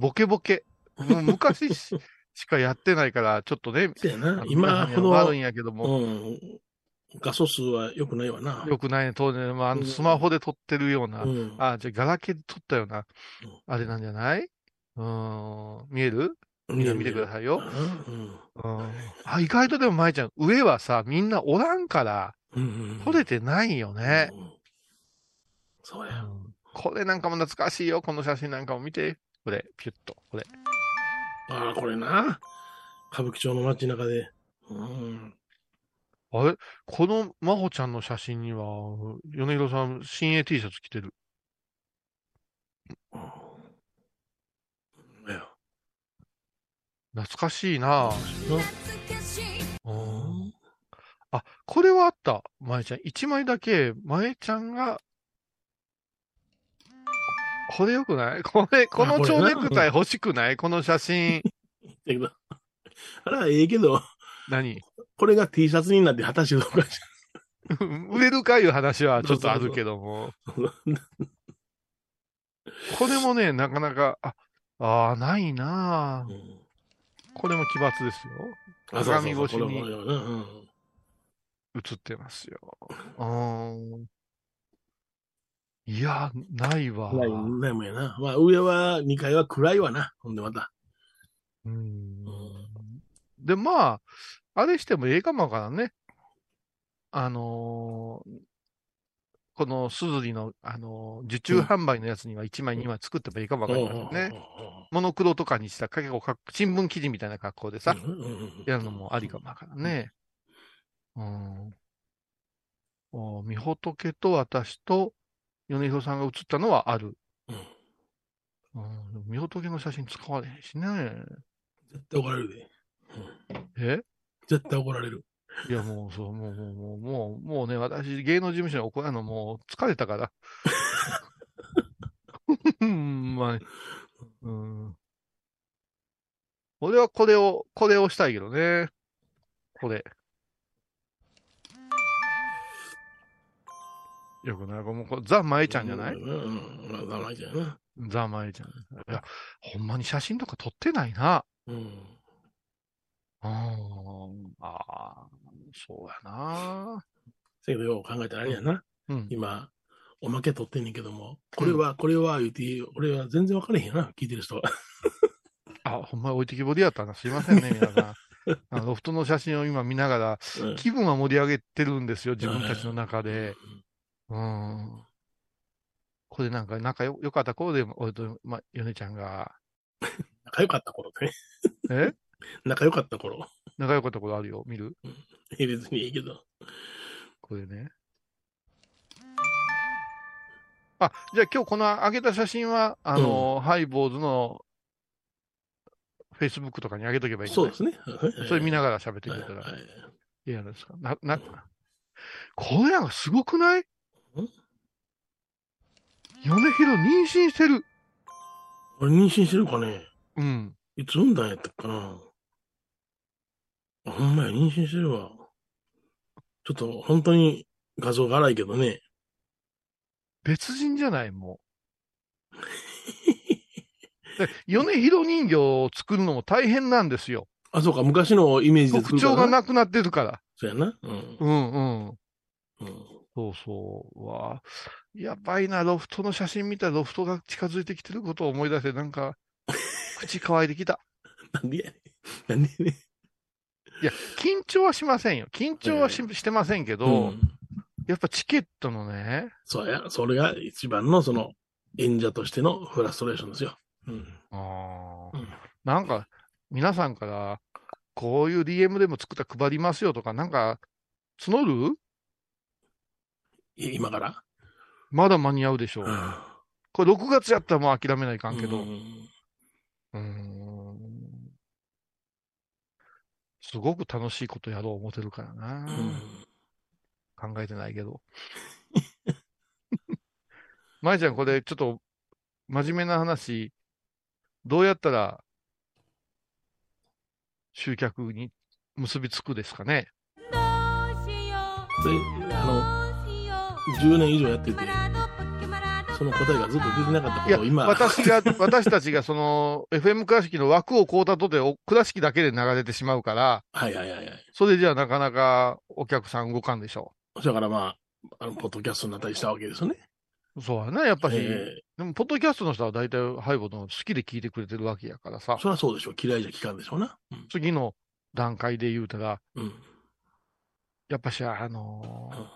S3: ボケボケ。もう昔 ししかやってないから、ちょっとね、
S2: そうやな。
S3: あ
S2: 今
S3: の
S2: ほ
S3: あ
S2: ど
S3: るん、やけども、
S2: うん、画素数は良くないわな。
S3: よくないね、当然、まあ、あの
S2: うん
S3: スマホで撮ってるような、
S2: うん、
S3: あ、じゃあガラケーで撮ったような
S2: うん、
S3: あれなんじゃないうーん、見えるみんな見てくだ
S2: さ
S3: さい
S2: い
S3: よ。
S2: うん
S3: うんあ、意外とでも、まいちゃん、上はさ、みんなおらんから、
S2: うん。
S3: 取れてないよね。
S2: うん。そうや。
S3: これなんかも懐かしいよ。この写真なんかも見て。これ、ピュッと、これ。
S2: ああ、これな。歌舞伎町の街中で。うん。
S3: あれこのまほちゃんの写真には、米広さん、新鋭 T シャツ着てる。
S2: だよ。
S3: 懐かしい
S2: う
S3: な
S2: ん
S3: あ、これはあった。まえちゃん。一枚だけ、まえちゃんが、これよくない これ、こ
S2: あ
S3: の
S2: これ
S3: 蝶
S2: な
S3: ネクタイ欲しくないこの 写真。
S2: だけど、あら、ええけど、
S3: 何
S2: これが T シャツになって果たしてどうかし
S3: 売れるかいう話はちょっとあるけ ども。
S2: ら
S3: これもね、なかなか、あ、あーないな
S2: う
S3: ぁ
S2: ん
S3: これも奇抜ですよ。
S2: あそうそう
S3: 鏡
S2: そう
S3: 越しに
S2: これもうんうん
S3: 映ってますよ。うーん。いや、ないわ。
S2: 暗い、ないもんやな。まあ、上は、2階は暗いわな。ほんでまた。
S3: うん
S2: うん
S3: で、まあ、あれしてもええかもわからんね。あのーこのスズリの、あのー受注販売のやつには1枚、2枚作ってもいいかもわかりませんね。モノクロとかにした結構かっ新聞記事みたいな格好でさ、
S2: うんうんうん
S3: やるのもありかもわからんね。うん。おみほとけと私と米広さんが写ったのはある。
S2: うん
S3: うん。でもみほとけの写真使われへんしね。
S2: 絶対怒られるで。
S3: え
S2: 絶対怒られる。
S3: いや、もう、そう、もう、もう、もう、もう、もうね、私、芸能事務所に怒らんの、もう、疲れたから。 うん、まあ、うん。俺はこれを、これをしたいけどね。これ。よくない、これもうこれザ・マエちゃんじゃない、
S2: うんうんうん。まあ、名前じゃな。
S3: ザ・マエちゃん。いや、ほんまに写真とか撮ってないな。
S2: うん。
S3: うん、ああ、そうやな。
S2: せやけど、よう考えたらあれやな。
S3: うん。
S2: 今、おまけ取ってんねんけども、これは、これは、言うて、俺は全然分からへんやな、聞いてる人は。
S3: あ、ほんまに置いてきぼりやったな。すいません ね、皆さん。あのロフトの写真を今見ながら、
S2: うん
S3: 気分は盛り上げてるんですよ、自分たちの中で。うん。これなんか仲良良かった頃で、俺と、ま、ヨネちゃんが、
S2: 仲良かった頃ね。
S3: え
S2: 仲良かった頃。
S3: 仲良かった頃あるよ、見る
S2: え別にいいけど。
S3: これね。あ、じゃあ今日この上げた写真は、あの、ハイボーズの、Facebook とかに上げとけばいいんじゃ
S2: そう
S3: ない
S2: ですね。
S3: それ見ながら喋ってくれたら
S2: は。い
S3: いやですか。な、な、これなんかすごくない米広妊娠してる。
S2: あれ妊娠してるかね
S3: うん。
S2: いつ産んだんやったっかなあほんまや、妊娠してるわ。ちょっと、本当に画像が荒いけどね。
S3: 別人じゃない、も う。で米広人形を作るのも大変なんですよ。
S2: あ、そうか、昔のイメージで作
S3: 特
S2: るから
S3: 徴がなくなってるから。
S2: そうやな。うん。
S3: うんうん。
S2: うん
S3: そうそう。わあやばいな、ロフトの写真見たらロフトが近づいてきてることを思い出して、な んか、口乾いてきた。
S2: なんでやねんなんでやね
S3: いや、緊張はしませんよ。緊張はし,、してませんけ
S2: ん
S3: ど、
S2: うん。
S3: やっぱチケットのね、
S2: そうや、それが一番のその演者としてのフラストレーションですよ。うん。
S3: あ
S2: うん
S3: なんか皆さんから、こういう DM でも作ったら配りますよとか、なんか募る
S2: い今から。
S3: まだ間に合うでしょう。
S2: あ
S3: これ6月やったらもう諦めないか
S2: あ
S3: んけど。
S2: うん
S3: うーんすごく楽しいことやろう思ってるからな。
S2: うん
S3: 考えてないけど。 まいちゃん、これちょっと真面目な話、どうやったら集客に結びつくですかね
S2: で、あの、10年以上やってて、その答えがずっと出てなかったこ
S3: いや、
S2: とを今、
S3: 私が、私たちがその FM 倉敷の枠を買うたとで、お倉敷だけで流れてしまうから、
S2: はいはいはいはい。
S3: それじゃなかなかお客さん動かんでしょ
S2: だからまあ、あの、ポッドキャストになったりしたわけですよね。
S3: う。そうやな、やっぱし。
S2: え
S3: でも、ポッドキャストの人は大体ハイボーの好きで聞いてくれてるわけやからさ
S2: ー、そりゃそうでしょう。嫌いじゃ聞かんでしょうな。うん
S3: 次の段階で言うたら、
S2: うん。
S3: やっぱし、あのー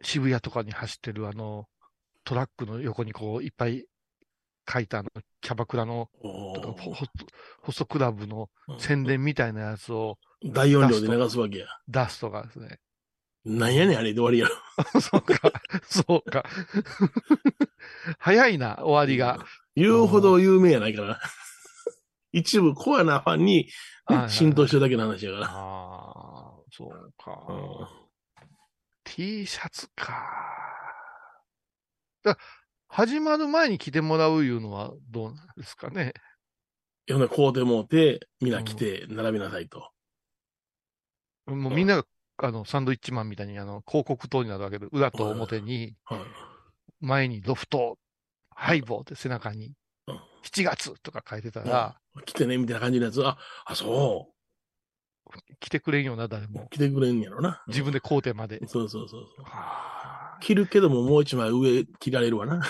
S3: 渋谷とかに走ってるあの、トラックの横にこう、いっぱい書いたあの、キャバクラの、
S2: お
S3: とか
S2: ー
S3: ホホストホストクラブの
S2: うん
S3: 宣伝みたいなやつを
S2: 大音量で流すわけや。
S3: 出すとかですね。
S2: なんやねん、あれで終わりやろ。
S3: そうか。そうか。 早いな、終わりが。
S2: 言うほど有名やないから。一部コアなファンにね、
S3: はいはい
S2: 浸透してるだけの話やから。
S3: ああ、そうか。
S2: うん、
S3: T シャツか。だ始まる前に着てもらういうのはどうなんですかね。
S2: いや、こうでもうて、みんな来て、並びなさいと。
S3: もうみんなが、あの、サンドイッチマンみたいに、あの、広告塔になるわけで、裏と表に、
S2: はい
S3: 前にロフト、ハイボーって背中に
S2: うん、
S3: 7月とか書いてたら、
S2: 来てね、みたいな感じのやつ。あ、あ、そ
S3: 来てくれんよな、誰
S2: う
S3: も。。
S2: 来てくれんやろな。
S3: 自分で工程まで。
S2: そうそうそうそう。
S3: はあ
S2: 着るけども、もう一枚上着られるわな。
S3: い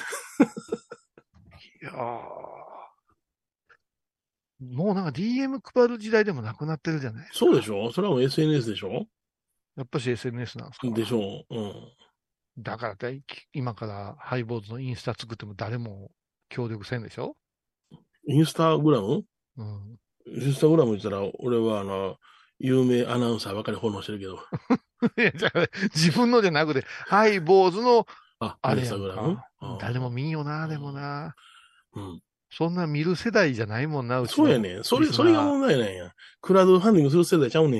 S3: やーもうなんか DM 配る時代でもなくなってるじゃない
S2: そうでしょそれはもう SNS でしょ
S3: やっぱし SNS なんですか
S2: でしょう。うん。
S3: だからだい今からハイボーズのインスタ作っても誰も協力せんでしょ
S2: インスタグラム
S3: うん。
S2: インスタグラム言ったら、俺はあの、有名アナウンサーばっかり奉納してるけど。
S3: いや、じゃあ自分のじゃなくて、ハイボーズの、
S2: あ、
S3: あ
S2: イ
S3: れ
S2: ンス
S3: や
S2: タグ
S3: ん
S2: ラム
S3: か。誰も見んよな、でもな。
S2: うん。
S3: そんな見る世代じゃないもんな、うち
S2: そうや
S3: ね。
S2: ねん。それ、それが問題なんや。クラウドファンディングする世代ちゃうね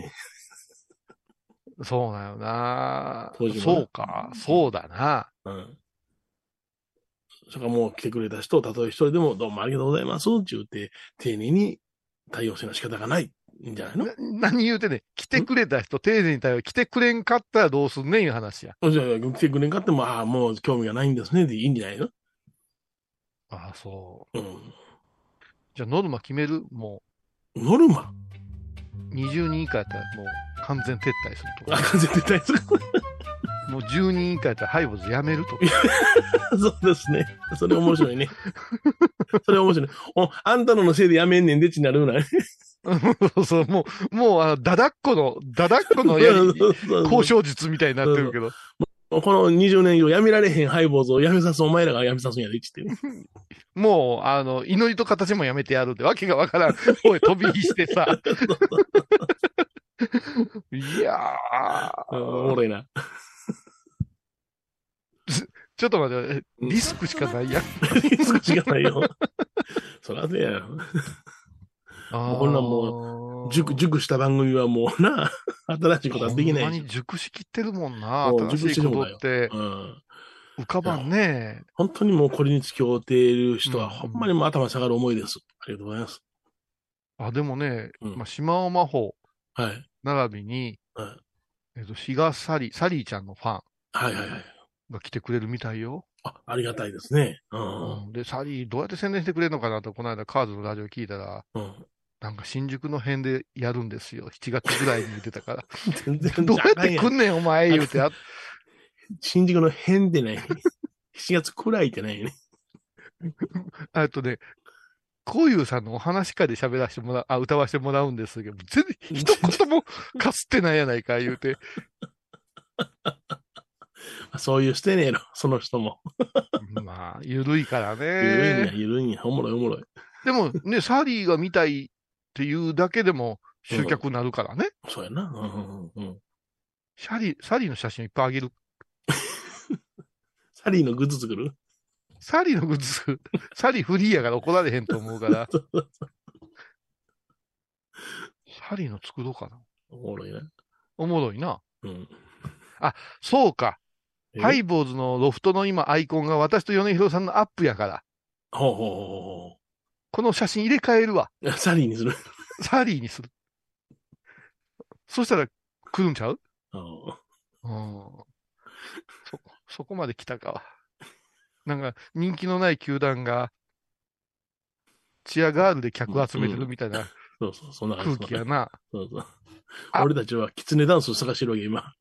S2: ん。
S3: そうなよな
S2: 当時も。ね
S3: そうか、そうだな。
S2: うん。それからもう来てくれた人、たとえ一人でも、どうもありがとうございますって言って、丁寧に対応せな仕方がないんじゃないの
S3: な何言うてね、来てくれた人、丁寧に対応、来てくれんかったらどうすんねんいう話や。
S2: じゃあ、来てくれんかっても、ああ、もう興味がないんですねでいいんじゃないの
S3: ああ、そう。
S2: うん。
S3: じゃあノルマ決めるも
S2: ノルマ
S3: う、20人以下やったらもう完全撤退すると
S2: あ
S3: か、
S2: かん、絶対そう。
S3: もう10人以下やったらハイボーズやめると か。
S2: そうですね。それ面白いね。それ面白い。お、あんたののせいでやめんねんでちなるな。
S3: そうそう、もう、もう、あの、だだっこの、だだっこのやり、交渉術みたいになってるけど、
S2: この20年以上やめられへんハイボーズをやめさすお前らがやめさすんやで、ちって。
S3: もう、あの、祈りと形もやめてやるってわけが わからん。声飛び火してさ。いや
S2: お
S3: ー
S2: も、ろいな。
S3: ちょっと待って、
S2: うん
S3: リスクしかないやん。
S2: 少しがないよ。そらそうや。
S3: あー
S2: こんなん熟、、熟した番組はもうな、新しいことはでき
S3: ほ
S2: なん
S3: ま
S2: いし。
S3: に熟しきってるもんな。
S2: もう
S3: 新しいことって
S2: うん。
S3: 浮かばんね。
S2: 本当にもうこれに尽き負っている人
S3: う
S2: は、
S3: ん
S2: ほんまにもう頭下がる思いです。ありがとうございます。
S3: あ、でもね、
S2: うん
S3: まあ、島尾真帆
S2: はい。
S3: 並びに、
S2: はい
S3: えっと、比嘉サリ、サリーちゃんのファン
S2: はいはいはい。
S3: が来てくれるみたいよ。
S2: あ、ありがたいですね。うん。
S3: で、サリーどうやって宣伝してくれるのかなと、この間カーズのラジオ聞いたら、
S2: うん。
S3: なんか新宿の辺でやるんですよ。7月ぐらいに言ってたから。
S2: 全然
S3: どうやって来
S2: ん
S3: んねん、お前、言うて。あ
S2: 新宿の辺でない。7月くらいって ないよね。
S3: あとね、こういうさんのお話し会で喋らせてもらう、あ、歌わせてもらうんですけど、全然一言もかすってないやないか、言う て。
S2: そういうしてねえの、その人も。
S3: まあ、ゆるいから
S2: ゆるいんや、
S3: ね。
S2: ゆるいんや。おもろいおもろい。
S3: でもね、サリーが見たいっていうだけでも集客になるからね。
S2: そうやな。うんうんうんうん。
S3: シャリー、サリーの写真いっぱいあげる。
S2: サリーのグッズ作る
S3: サリーのグッズ、 サリーフリーやから怒られへんと思う から。サリーの作ろうかな。
S2: おもろいな。
S3: おもろいな。
S2: うん。
S3: そうか。
S2: え
S3: ハイボーズのロフトの今アイコンが私と米広さんのアップやから。
S2: ほうほうほうほ
S3: この写真入れ替えるわ。
S2: ういや。サリーにする。
S3: サリーにする。そしたら来るんちゃう
S2: うん
S3: うん。そ、そこまで来たか。なんか人気のない球団が、チアガールで客集めてるみたいな
S2: そうそう、そんな感
S3: 空
S2: じ。
S3: 気やな。
S2: そうそう
S3: あ
S2: 俺たちはキツネダンスを探してるわけ、今。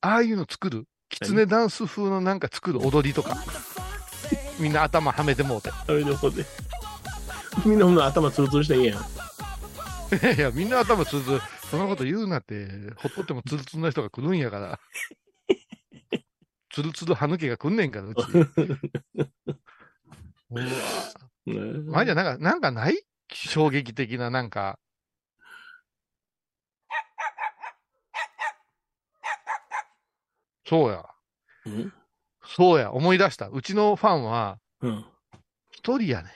S3: ああいうの作る狐ダンス風のなんか作る踊りとか。みんな頭はめてもうて。
S2: それでほんで。みんなほんな頭ツルツルしていいやん。
S3: いやいや、みんな頭つるつる。そんなこと言うなって、ほっとってもつるつるな人が来るんやから。つるつる歯抜けが来んねんから、うち。うわ前じゃ
S2: な
S3: なんか、なんかない衝撃的な、なんか。そうや。
S2: うん。
S3: そうや。思い出した。うちのファンは、
S2: うん。
S3: 一人やね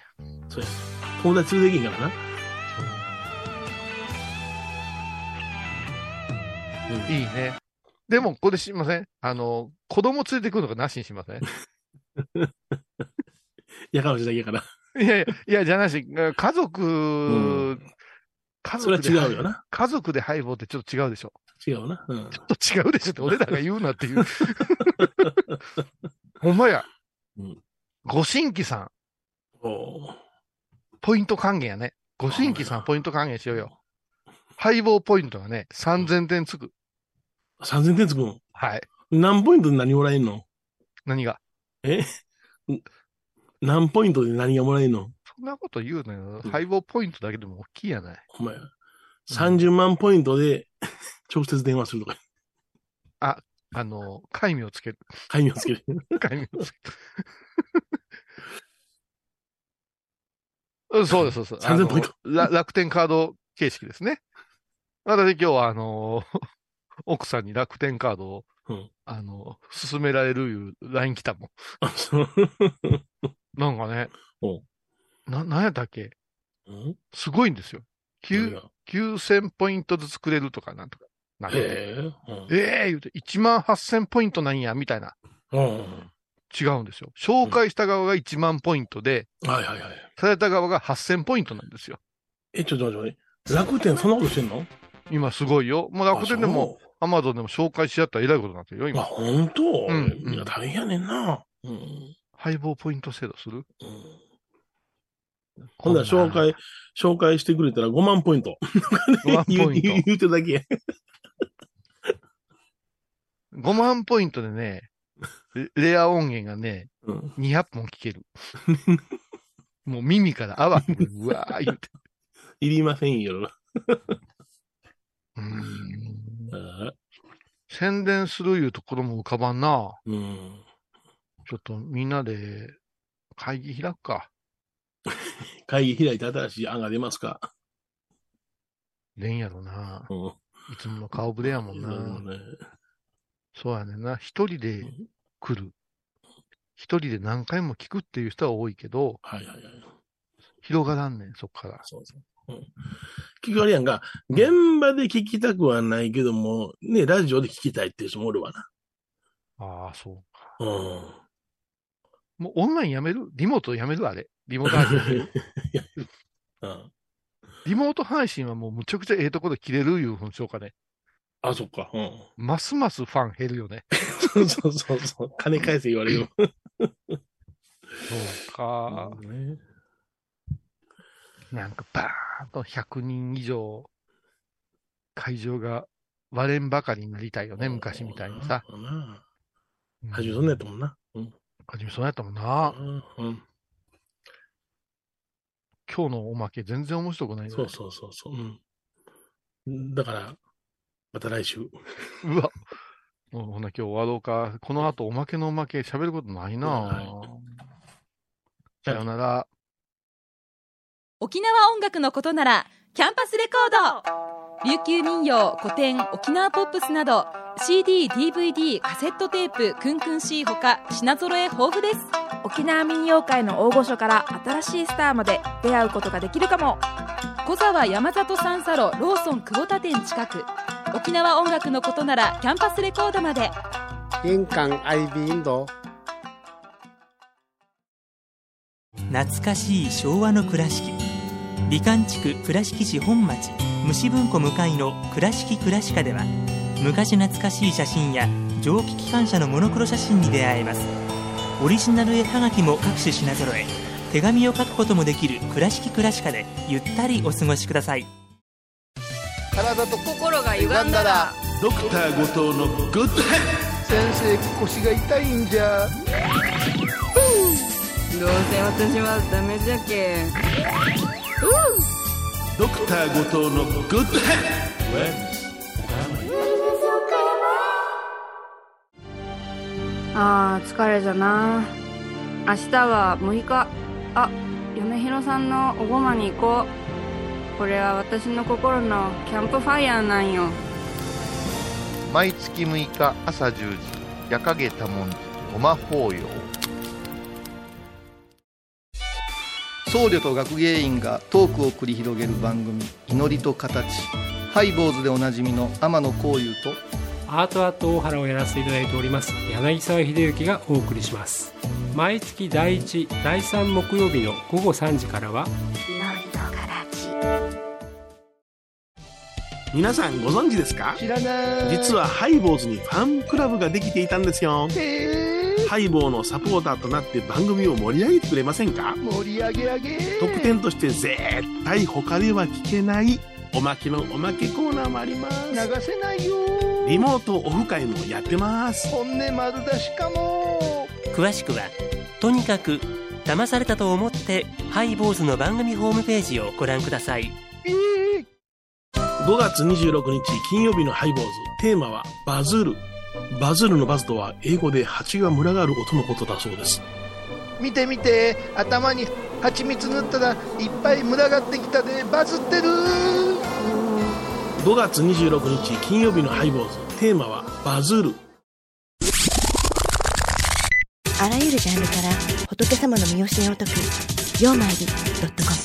S3: ん。
S2: そうや。友達連れていけんからな。
S3: いいね。でも、これしません。あの、子供連れてくるのがなしにしません。
S2: やかましだけやから。
S3: いやいや、いや、じゃなし、家族、
S2: ん
S3: 家
S2: それ
S3: 族
S2: は違
S3: で
S2: うよな。
S3: 家族でハイボーってちょっと違うでしょ。
S2: 違うな。うん。
S3: ちょっと違うでしょって俺らが言うなって いう。ほんまや。
S2: うん
S3: ご新規さん、
S2: おー
S3: ポイント還元やね。ご新規さん、ポイント還元しようよ。ハイボーポイントがね、3000点つく。
S2: 3000点つくん。
S3: はい。
S2: 何ポイントで何もらえんの
S3: 何が
S2: 何ポイントで何がもらえんの
S3: そんなこと言うのよ
S2: う。ん
S3: ハイボーポイントだけでも大きいやない。
S2: お前、30万ポイントで直接電話するとか、
S3: あ の、戒名をつける。
S2: 会議をつける。
S3: 戒名をつけるうん。そうです、そうです。あの
S2: 3000ポイント
S3: ら楽天カード形式ですね。私今日は、あの、 奥さんに楽天カードを、
S2: うん
S3: あの、勧められるいう LINE 来たも
S2: あそう。
S3: ん。なんかね
S2: おう、
S3: な、なんやったっけ
S2: うん
S3: すごいんですよ。
S2: 何
S3: 9
S2: が
S3: 9000ポイントずつくれるとかなんとか。なんか
S2: へえ。うん
S3: ええ言うて、1万8000ポイントなんや、みたいな。
S2: うん。
S3: 違うんですよ。紹介した側が1万ポイントで、
S2: はいはいはい。
S3: された側が8000ポイントなんですよ。
S2: え、ちょっと待って待って。楽天そんなことしてんの
S3: 今すごいよ。もう楽天でも、。アマゾンでも紹介し合ったら偉いことになってるよ、
S2: あ、
S3: 今。
S2: 本当、
S3: ん
S2: みんな大変やねんな。うん。
S3: 配合ポイント制度する
S2: うんほんなら紹。介、紹介してくれたら5万ポイント。
S3: 5万
S2: 言
S3: ポ
S2: う
S3: イン
S2: 言う言うてるだけや。
S3: ト。5万ポイントでね、レレア音源がね、
S2: うん。
S3: 200本 聞ける。もう耳から泡。うわー言うて。
S2: いりませんよ。
S3: うーん
S2: あ
S3: 宣伝するいうところも浮かばんな。
S2: うん。
S3: ちょっとみんなで会議開くか。
S2: 会議開いて新しい案が出ますか。
S3: ねんやろな。
S2: うん。
S3: いつもの顔ぶれやもん
S2: なるほ
S3: な。
S2: どね。
S3: そうやねんな。一人で来る。一人で何回も聞くっていう人は多いけど、
S2: はいはいはい。
S3: 広がらんねん、そっから。
S2: そうそう。うん、結局あれやんか、現場で聞きたくはないけども、ね、ラジオで聞きたいっていう人もおるわな。
S3: ああ、そうか。
S2: うん。
S3: もうオンラインやめるリモートやめるあれ。リモート 配信。
S2: うん、
S3: リモート配信はもうむちゃくちゃええとこで切れるいうふうにしようかね。
S2: あ、そっか。うん。
S3: ますますファン減るよね。
S2: そうそうそうそう。金返せ言われる。
S3: そうか。
S2: ね
S3: なんかバーンと100人以上、会場が割れんばかりになりたいよね、昔みたいにさ。。
S2: そうな初めそんなんやったもんな。うん。
S3: 初めそうやったもんな。
S2: うん。
S3: 今日のおまけ全然面白くないね
S2: そうそうそうそう。うん。だから、また来週。
S3: うわ。もうほな今日終わろうか。この後おまけのおまけ喋ることないな
S2: は
S3: さよなら。
S9: 沖縄音楽のことならキャンパスレコード琉球民謡古典沖縄ポップスなど CDDVD カセットテープクンクン C ほか品揃え豊富です
S10: 沖縄民謡界の大御所から新しいスターまで出会うことができるかも
S9: 小沢山里三佐路ローソン久保田店近く沖縄音楽のことならキャンパスレコードまで
S11: 玄関アイビーンド
S8: 懐かしい昭和の倉敷美観地区倉敷市本町虫文庫向かいの「倉敷倉敷科」では昔懐かしい写真や蒸気機関車のモノクロ写真に出会えますオリジナル絵はがきも各種品揃え手紙を書くこともできる「倉敷倉敷科」でゆったりお過ごしください
S6: 体と
S5: 心が歪んだら
S6: ドクター後藤のグッド
S4: 先生、腰が痛いんじゃ。
S5: どうせ私はダメじゃけ
S6: ドクター後藤のグッド
S5: あー疲れじゃな明日は6日あ嫁ひろさんのおごまに行こうこれは私の心のキャンプファイヤーなんよ
S3: 毎月6日朝10時やかげたもんじごま法要
S12: 僧侶と学芸員がトークを繰り広げる番組「祈りと形」ハイボーズでおなじみの天野幸雄と
S7: アートアート大原をやらせていただいております柳沢秀幸がお送りします毎月第1第3木曜日の午後3時からは
S2: 皆さんご存知ですか
S6: 知らない
S2: 実はハイボーズにファンクラブができていたんですよハイボーのサポーターとなって番組を盛り上げてくれませんか
S6: 盛り上げ上げ
S2: 特典として絶対他では聞けないおまけのおまけコーナーもあります
S6: 流せないよ
S2: リモートオフ会もやってます
S6: 本音丸出しかも
S8: 詳しくはとにかく騙されたと思ってハイボーズの番組ホームページをご覧ください
S2: 5月26日金曜日のハイボーズテーマはバズるバズるのバズとは英語で蜂が群がる音のことだそうです
S6: 見て見て頭に蜂蜜塗ったらいっぱい群がってきたでバズってる
S2: 5月26日金曜日のハイボーズテーマはバズる
S1: あらゆるジャンルから仏様の身教えを解く「曜マイルドットコム」